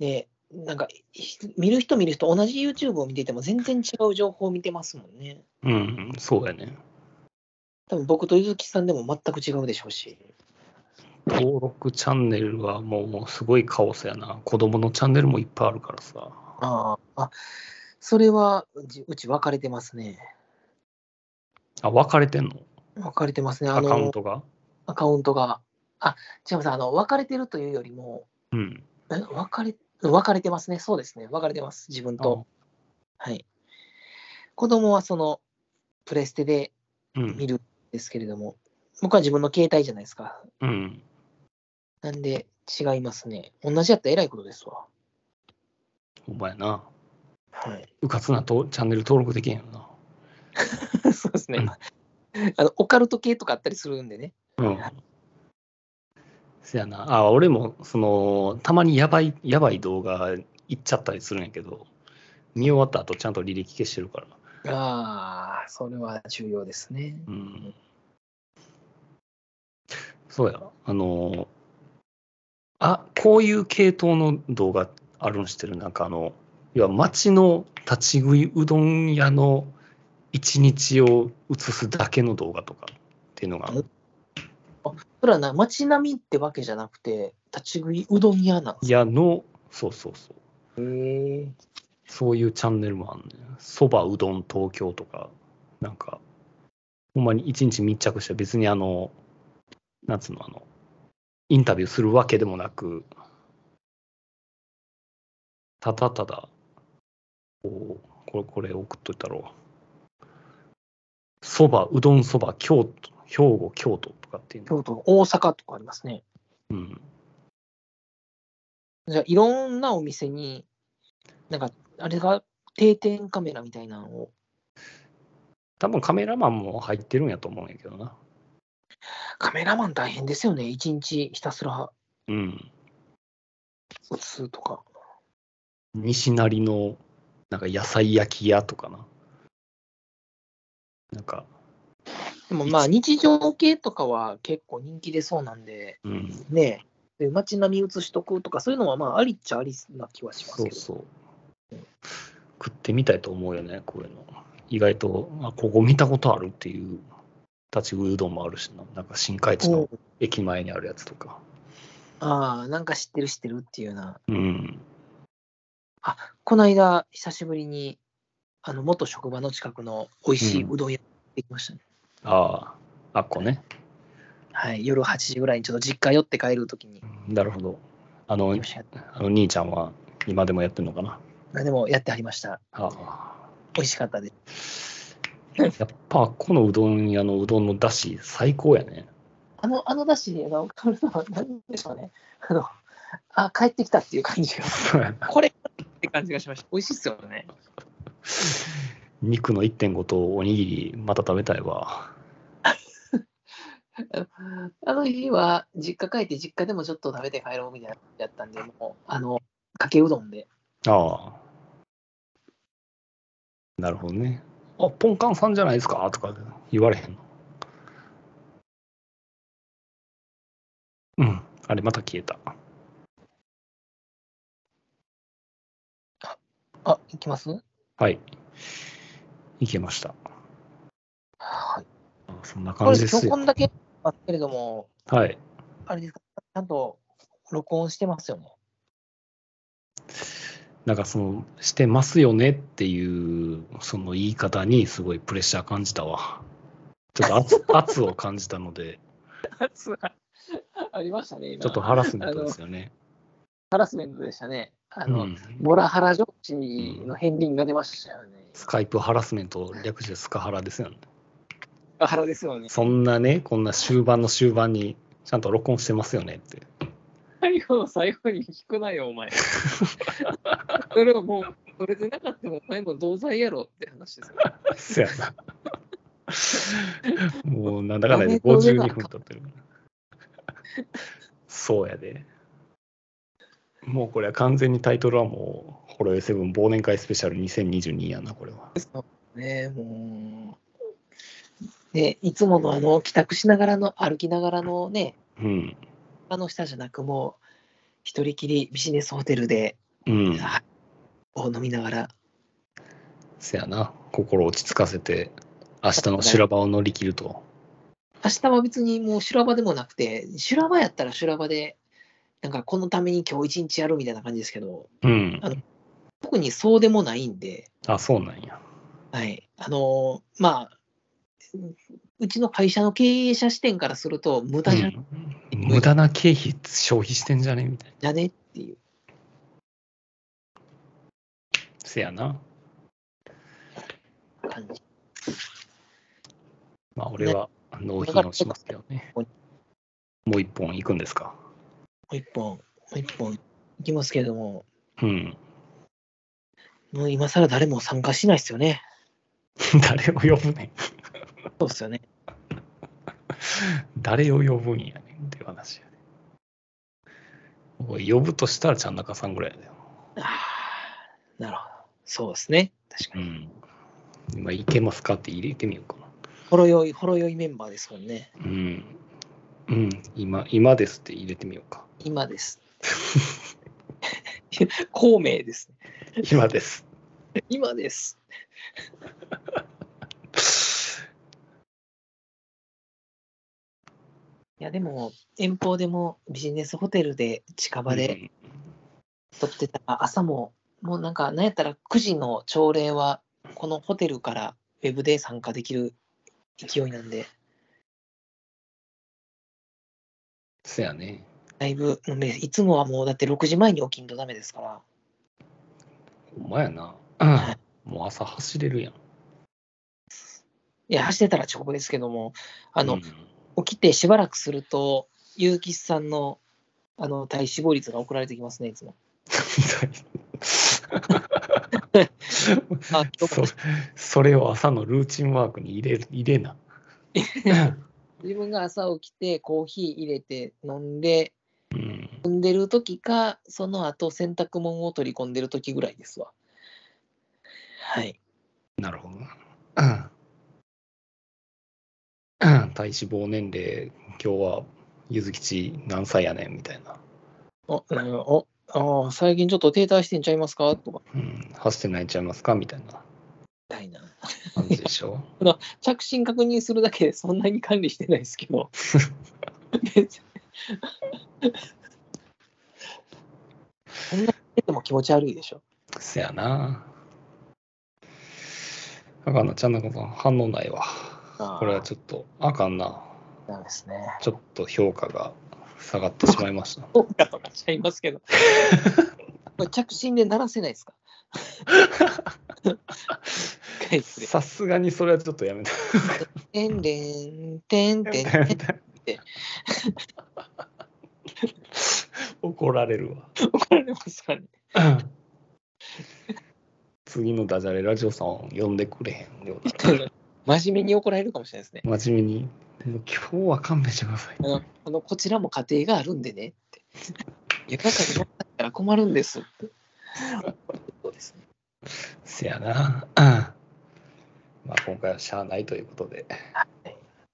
Speaker 2: ね、なんか、ひ見る人見る人、同じ YouTube を見てても全然違う情報を見てますもんね。
Speaker 3: うん、そうやね。
Speaker 2: 多分僕とゆずきさんでも全く違うでしょうし。
Speaker 3: 登録チャンネルはもうもうすごいカオスやな。子供のチャンネルもいっぱいあるからさ。
Speaker 2: ああ、あそれはうちうち分かれてますね。
Speaker 3: あ、分かれてんの
Speaker 2: 分かれてますね。あ
Speaker 3: アカウン
Speaker 2: の、
Speaker 3: トが。
Speaker 2: アカウントが。あ、違います。あの、分かれてるというよりも、
Speaker 3: うん。
Speaker 2: え分かれ、分かれてますね。そうですね。分かれてます。自分と。はい。子供はその、プレステで
Speaker 3: あうん
Speaker 2: 見るんですけれども、僕は自分の携帯じゃないですか。
Speaker 3: うん。
Speaker 2: なんで、違いますね。同じやったらえらいことですわ。
Speaker 3: お前な、
Speaker 2: はい。
Speaker 3: うかつなとチャンネル登録できへんよ な。
Speaker 2: そうですね。あの、オカルト系とかあったりするんでね。
Speaker 3: うん。せやな。あ、俺も、その、たまにやばい、やばい動画行っちゃったりするんやけど、見終わった後ちゃんと履歴消してるから。
Speaker 2: ああ、それは重要ですね。
Speaker 3: うん。そうや、あの、あ、こういう系統の動画あるんしてる。なんかあの、要は街の立ち食いうどん屋の一日を映すだけの動画とかっていうのが
Speaker 2: えそれはな、街並みってわけじゃなくて、立ち食いうどん屋なんです
Speaker 3: いやの、そうそうそう。
Speaker 2: へえ。
Speaker 3: そういうチャンネルもあんねんそばうどん東京とか、なんか、ほんまに一日密着して、別にあの、なんつうの、あの、インタビューするわけでもなく、ただただ、こう、これ、これ送っといたろう。そば、うどんそば、京都、兵庫、京都とかっていうの。
Speaker 2: 京都、大阪とかありますね。
Speaker 3: うん。
Speaker 2: じゃあ、いろんなお店に、なんか、あれが定点カメラみたいなのを。
Speaker 3: 多分カメラマンも入ってるんやと思うんやけどな。
Speaker 2: カメラマン大変ですよね。一日ひたすら
Speaker 3: うん。
Speaker 2: 映すとか。
Speaker 3: 西成の、なんか野菜焼き屋とかな。なんか、
Speaker 2: でもまあ日常系とかは結構人気出そうなんで、
Speaker 3: うん。
Speaker 2: ねえ、で街並み映しとくとか、そういうのはまあありっちゃありな気はします
Speaker 3: そ
Speaker 2: け
Speaker 3: う
Speaker 2: ど。
Speaker 3: そう。食ってみたいと思うよね、こういうの。意外と、あ、ここ見たことあるっていう、立ち食いうどんもあるしな。なんか新海地の
Speaker 2: おう
Speaker 3: 駅前にあるやつとか。
Speaker 2: ああ、なんか知ってる知ってるっていうような。
Speaker 3: うん。
Speaker 2: この間、久しぶりに、あの、元職場の近くの美味しいうどん屋行ってきましたね。
Speaker 3: ああ、あっこね。
Speaker 2: はい、夜8時ぐらいにちょっと実家寄って帰るときに、
Speaker 3: なるほど。あの、
Speaker 2: よしやっ
Speaker 3: あの兄ちゃんは今でもやってるのかな。
Speaker 2: たでもやってはりました。
Speaker 3: ああ。
Speaker 2: 美味しかったです。
Speaker 3: やっぱ、このうどん屋のうどんのだし、最高やね。
Speaker 2: あの、あのだし、あの、変わるのは何でしょうね。あの、あ、帰ってきたっていう感じが、これって感じがしました。美味しいっすよね。
Speaker 3: 肉の1.5とおにぎり、また食べたいわ。
Speaker 2: あの日は、実家帰って、実家でもちょっと食べて帰ろうみたいなやったんで、もう、あの、かけうどんで。
Speaker 3: ああ。なるほどね。あ、ポンカンさんじゃないですかとか言われへんの。うん。あれ、また消えた。
Speaker 2: あ、行きます
Speaker 3: はい。いけました。
Speaker 2: はい。
Speaker 3: あそんな
Speaker 2: こ
Speaker 3: 感
Speaker 2: れ、
Speaker 3: じで
Speaker 2: 今
Speaker 3: す
Speaker 2: 日こ
Speaker 3: よ。
Speaker 2: んだけあったけれども、
Speaker 3: はい。
Speaker 2: あれですか、ちゃんと録音してますよね。
Speaker 3: なんかその、してますよねっていう、その言い方にすごいプレッシャー感じたわ。ちょっと圧圧を感じたので、
Speaker 2: ありましたね、今
Speaker 3: ちょっとハラスメントですよね。
Speaker 2: ハラスメントでしたね。あの、
Speaker 3: うん
Speaker 2: ボラハラジョッキの片鱗が出ましたよね。
Speaker 3: スカイプハラスメント、略してスカハラですよね。
Speaker 2: ハラですよね。
Speaker 3: そんなね、こんな終盤の終盤に、ちゃんと録音してますよねって。
Speaker 2: 最後の最後に聞くなよ、お 前。それはもう、それでなかったらお前も同罪やろって話ですよ。
Speaker 3: そ やな。もう、なんだかんだで
Speaker 2: 画面の上が
Speaker 3: 52分経ってる。そうやで。もうこれは完全にタイトルはもう、ホロヨイセブン忘年会スペシャル2022やな、これは。
Speaker 2: ねえ、もう。ねいつものあの、帰宅しながらの、歩きながらのね、
Speaker 3: うん。
Speaker 2: あの下じゃなく、もう、一人きりビジネスホテルで、
Speaker 3: うん。
Speaker 2: を飲みながら、
Speaker 3: せやな。心を落ち着かせて、明日の修羅場を乗り切ると。
Speaker 2: 明日は別にもう修羅場でもなくて、修羅場やったら修羅場で、なんかこのために今日一日やるみたいな感じですけど、
Speaker 3: うん。
Speaker 2: 特にそうでもないんで、
Speaker 3: あ、そうなんや。
Speaker 2: はい。あのーまあ、ううちの会社の経営者視点からすると、無駄じゃ,、
Speaker 3: うん無駄な経費消費してんじゃねみたいな。
Speaker 2: じゃねっていう。
Speaker 3: せやな。
Speaker 2: 感じ
Speaker 3: まあ、俺は納品をしますけどね。もう一本行くんですか。
Speaker 2: もう一本、もう一本いきますけれども、
Speaker 3: うん。
Speaker 2: もう今更誰も参加しないですよね。
Speaker 3: 誰を呼ぶねん。
Speaker 2: そうですよね。
Speaker 3: 誰を呼ぶんやねんっていう話やね。おい呼ぶとしたらちゃん中さんぐらいだよ。
Speaker 2: あーなるほど。そうですね。確か
Speaker 3: う
Speaker 2: に。
Speaker 3: ん。今、行けますかって入れてみようか
Speaker 2: ほろ酔い、ほろ酔いメンバーですもんね。
Speaker 3: な。うん。うん。今、今ですって入れてみようか。
Speaker 2: 今です。孔明です。
Speaker 3: 今です。
Speaker 2: 今です。いやでも遠方でもビジネスホテルで近場で撮ってたら朝ももうなんか何やったら9時の朝礼はこのホテルからウェブで参加できる勢いなんで
Speaker 3: せやね。
Speaker 2: だいぶもうねいつもはもうだって6時前に起きんとダメですから
Speaker 3: ほんまやな。もう朝走れるや
Speaker 2: い
Speaker 3: ん。
Speaker 2: や走ってたら遅刻ですけどもあの、
Speaker 3: うん
Speaker 2: 起きてしばらくすると、結城さんのあの体脂肪率が送られてきますね、いつも。あ今日
Speaker 3: そ
Speaker 2: も
Speaker 3: それを朝のルーチンワークに入れる入れな。
Speaker 2: 自分が朝起きて、コーヒー入れて飲んで、
Speaker 3: うんうん
Speaker 2: 込んでる時か、その後洗濯物を取り込んでる時ぐらいですわ。はい。
Speaker 3: なるほどな。うんうん体脂肪年齢、今日は、ゆずきち何歳やねんみたいな。
Speaker 2: お、うん、お、あー最近ちょっと停滞してんちゃいますかとか、
Speaker 3: うん、走って泣いちゃいますかみたいな
Speaker 2: みたいな。
Speaker 3: 感じでし ょ。
Speaker 2: 着信確認するだけでそんなに管理してないですけど。別にそんなにでも気持ち悪いでしょ。
Speaker 3: せやな。あかんな、ちゃんなこさん、反応ないわ。これはちょっと、あかんな。
Speaker 2: ダメですね。
Speaker 3: ちょっと評価が下がってしまいました。
Speaker 2: そうかとかしちゃいますけど。これ着信で鳴らせない ですか一回ですね
Speaker 3: さすがにそれはちょっとやめた。
Speaker 2: てんれん、てん てんてん。
Speaker 3: 怒られる
Speaker 2: 怒られますかね。
Speaker 3: わ。 次のダジャレラジオさん呼んでくれへんようだ
Speaker 2: 真面目に怒られるかもしれないですね。
Speaker 3: な。真面目に。もう今日は勘弁してください。
Speaker 2: あの、あのこちらも家庭があるんでねって。夜中に乗ったら困るんですって。そうですね。
Speaker 3: せやな。まあ今回はしゃあないということで。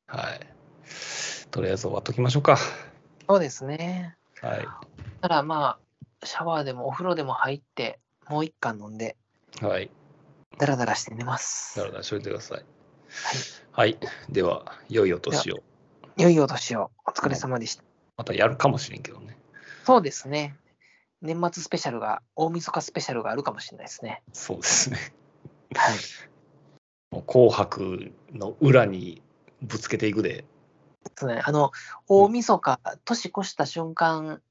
Speaker 3: はい。とりあえず終わっときましょうか。
Speaker 2: そうですね。
Speaker 3: は
Speaker 2: ただまあ、シャワーでもお風呂でも入って、もう一缶飲んで、
Speaker 3: い。はい。
Speaker 2: ダラダラして寝ます
Speaker 3: な。るほど、しといてください。はい。では、良いお年を。
Speaker 2: 良いお年を。お疲れ様でした。
Speaker 3: またやるかもしれんけどね。
Speaker 2: そうですね。年末スペシャルが、大晦日スペシャルがあるかもしれないですね。
Speaker 3: そうですね。
Speaker 2: はい。
Speaker 3: もう紅白の裏にぶつけていくで。
Speaker 2: そうね。あの、大晦日、年越した瞬間、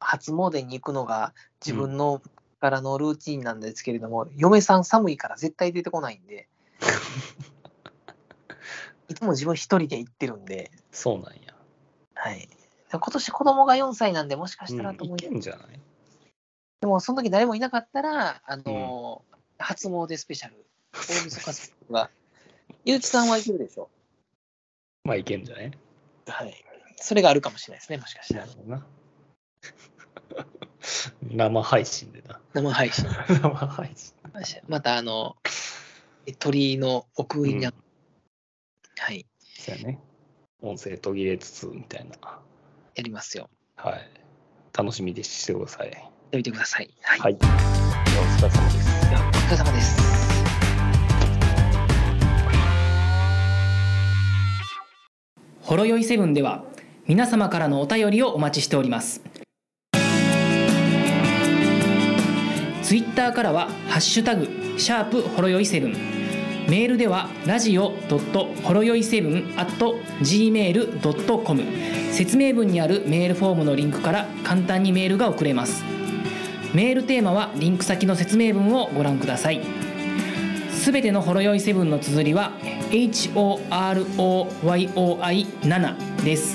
Speaker 2: 初詣に行くのが自分のからのルーチンなんですけれども、嫁さん寒いから絶対出てこないん で、いつも自分一人で行ってるんで、
Speaker 3: そうなんや。
Speaker 2: はい。今年子供が4歳なんで、もしかした
Speaker 3: う
Speaker 2: ら
Speaker 3: ん、
Speaker 2: と
Speaker 3: い
Speaker 2: 思い、
Speaker 3: けんじゃない
Speaker 2: でもその時誰もいなかったら、あのー初詣スペシャル、大晦日スペシャルが、 ゆうきさんはいけるでしょ。
Speaker 3: まあいけんじゃない
Speaker 2: はい。それがあるかもしれないですね、もしかしたら
Speaker 3: なる。ほどな。 生配信でな。
Speaker 2: 生配信。
Speaker 3: 生配信。
Speaker 2: またあの、え鳥居の奥にあ、
Speaker 3: うん
Speaker 2: はい、
Speaker 3: そうやね。音声途切れつつみたいな。
Speaker 2: やりますよ。
Speaker 3: はい。楽しみにしてください。
Speaker 2: やめてください。はい。
Speaker 3: はい。お疲れ様です。
Speaker 2: ではお疲れ様です。
Speaker 1: ほろよいセブンでは皆様からのお便りをお待ちしておりますツイッターからは「ハッシュタグシャープほろよいセブン」メールではラジオドットほろよいセブン at gmail.com 説明文にあるメールフォームのリンクから簡単にメールが送れますメールテーマはリンク先の説明文をご覧くださいすべてのほろ酔いセブンの綴りは HOROYOI7 です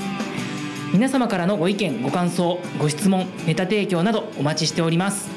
Speaker 1: 皆様からのご意見ご感想ご質問ネタ提供などお待ちしております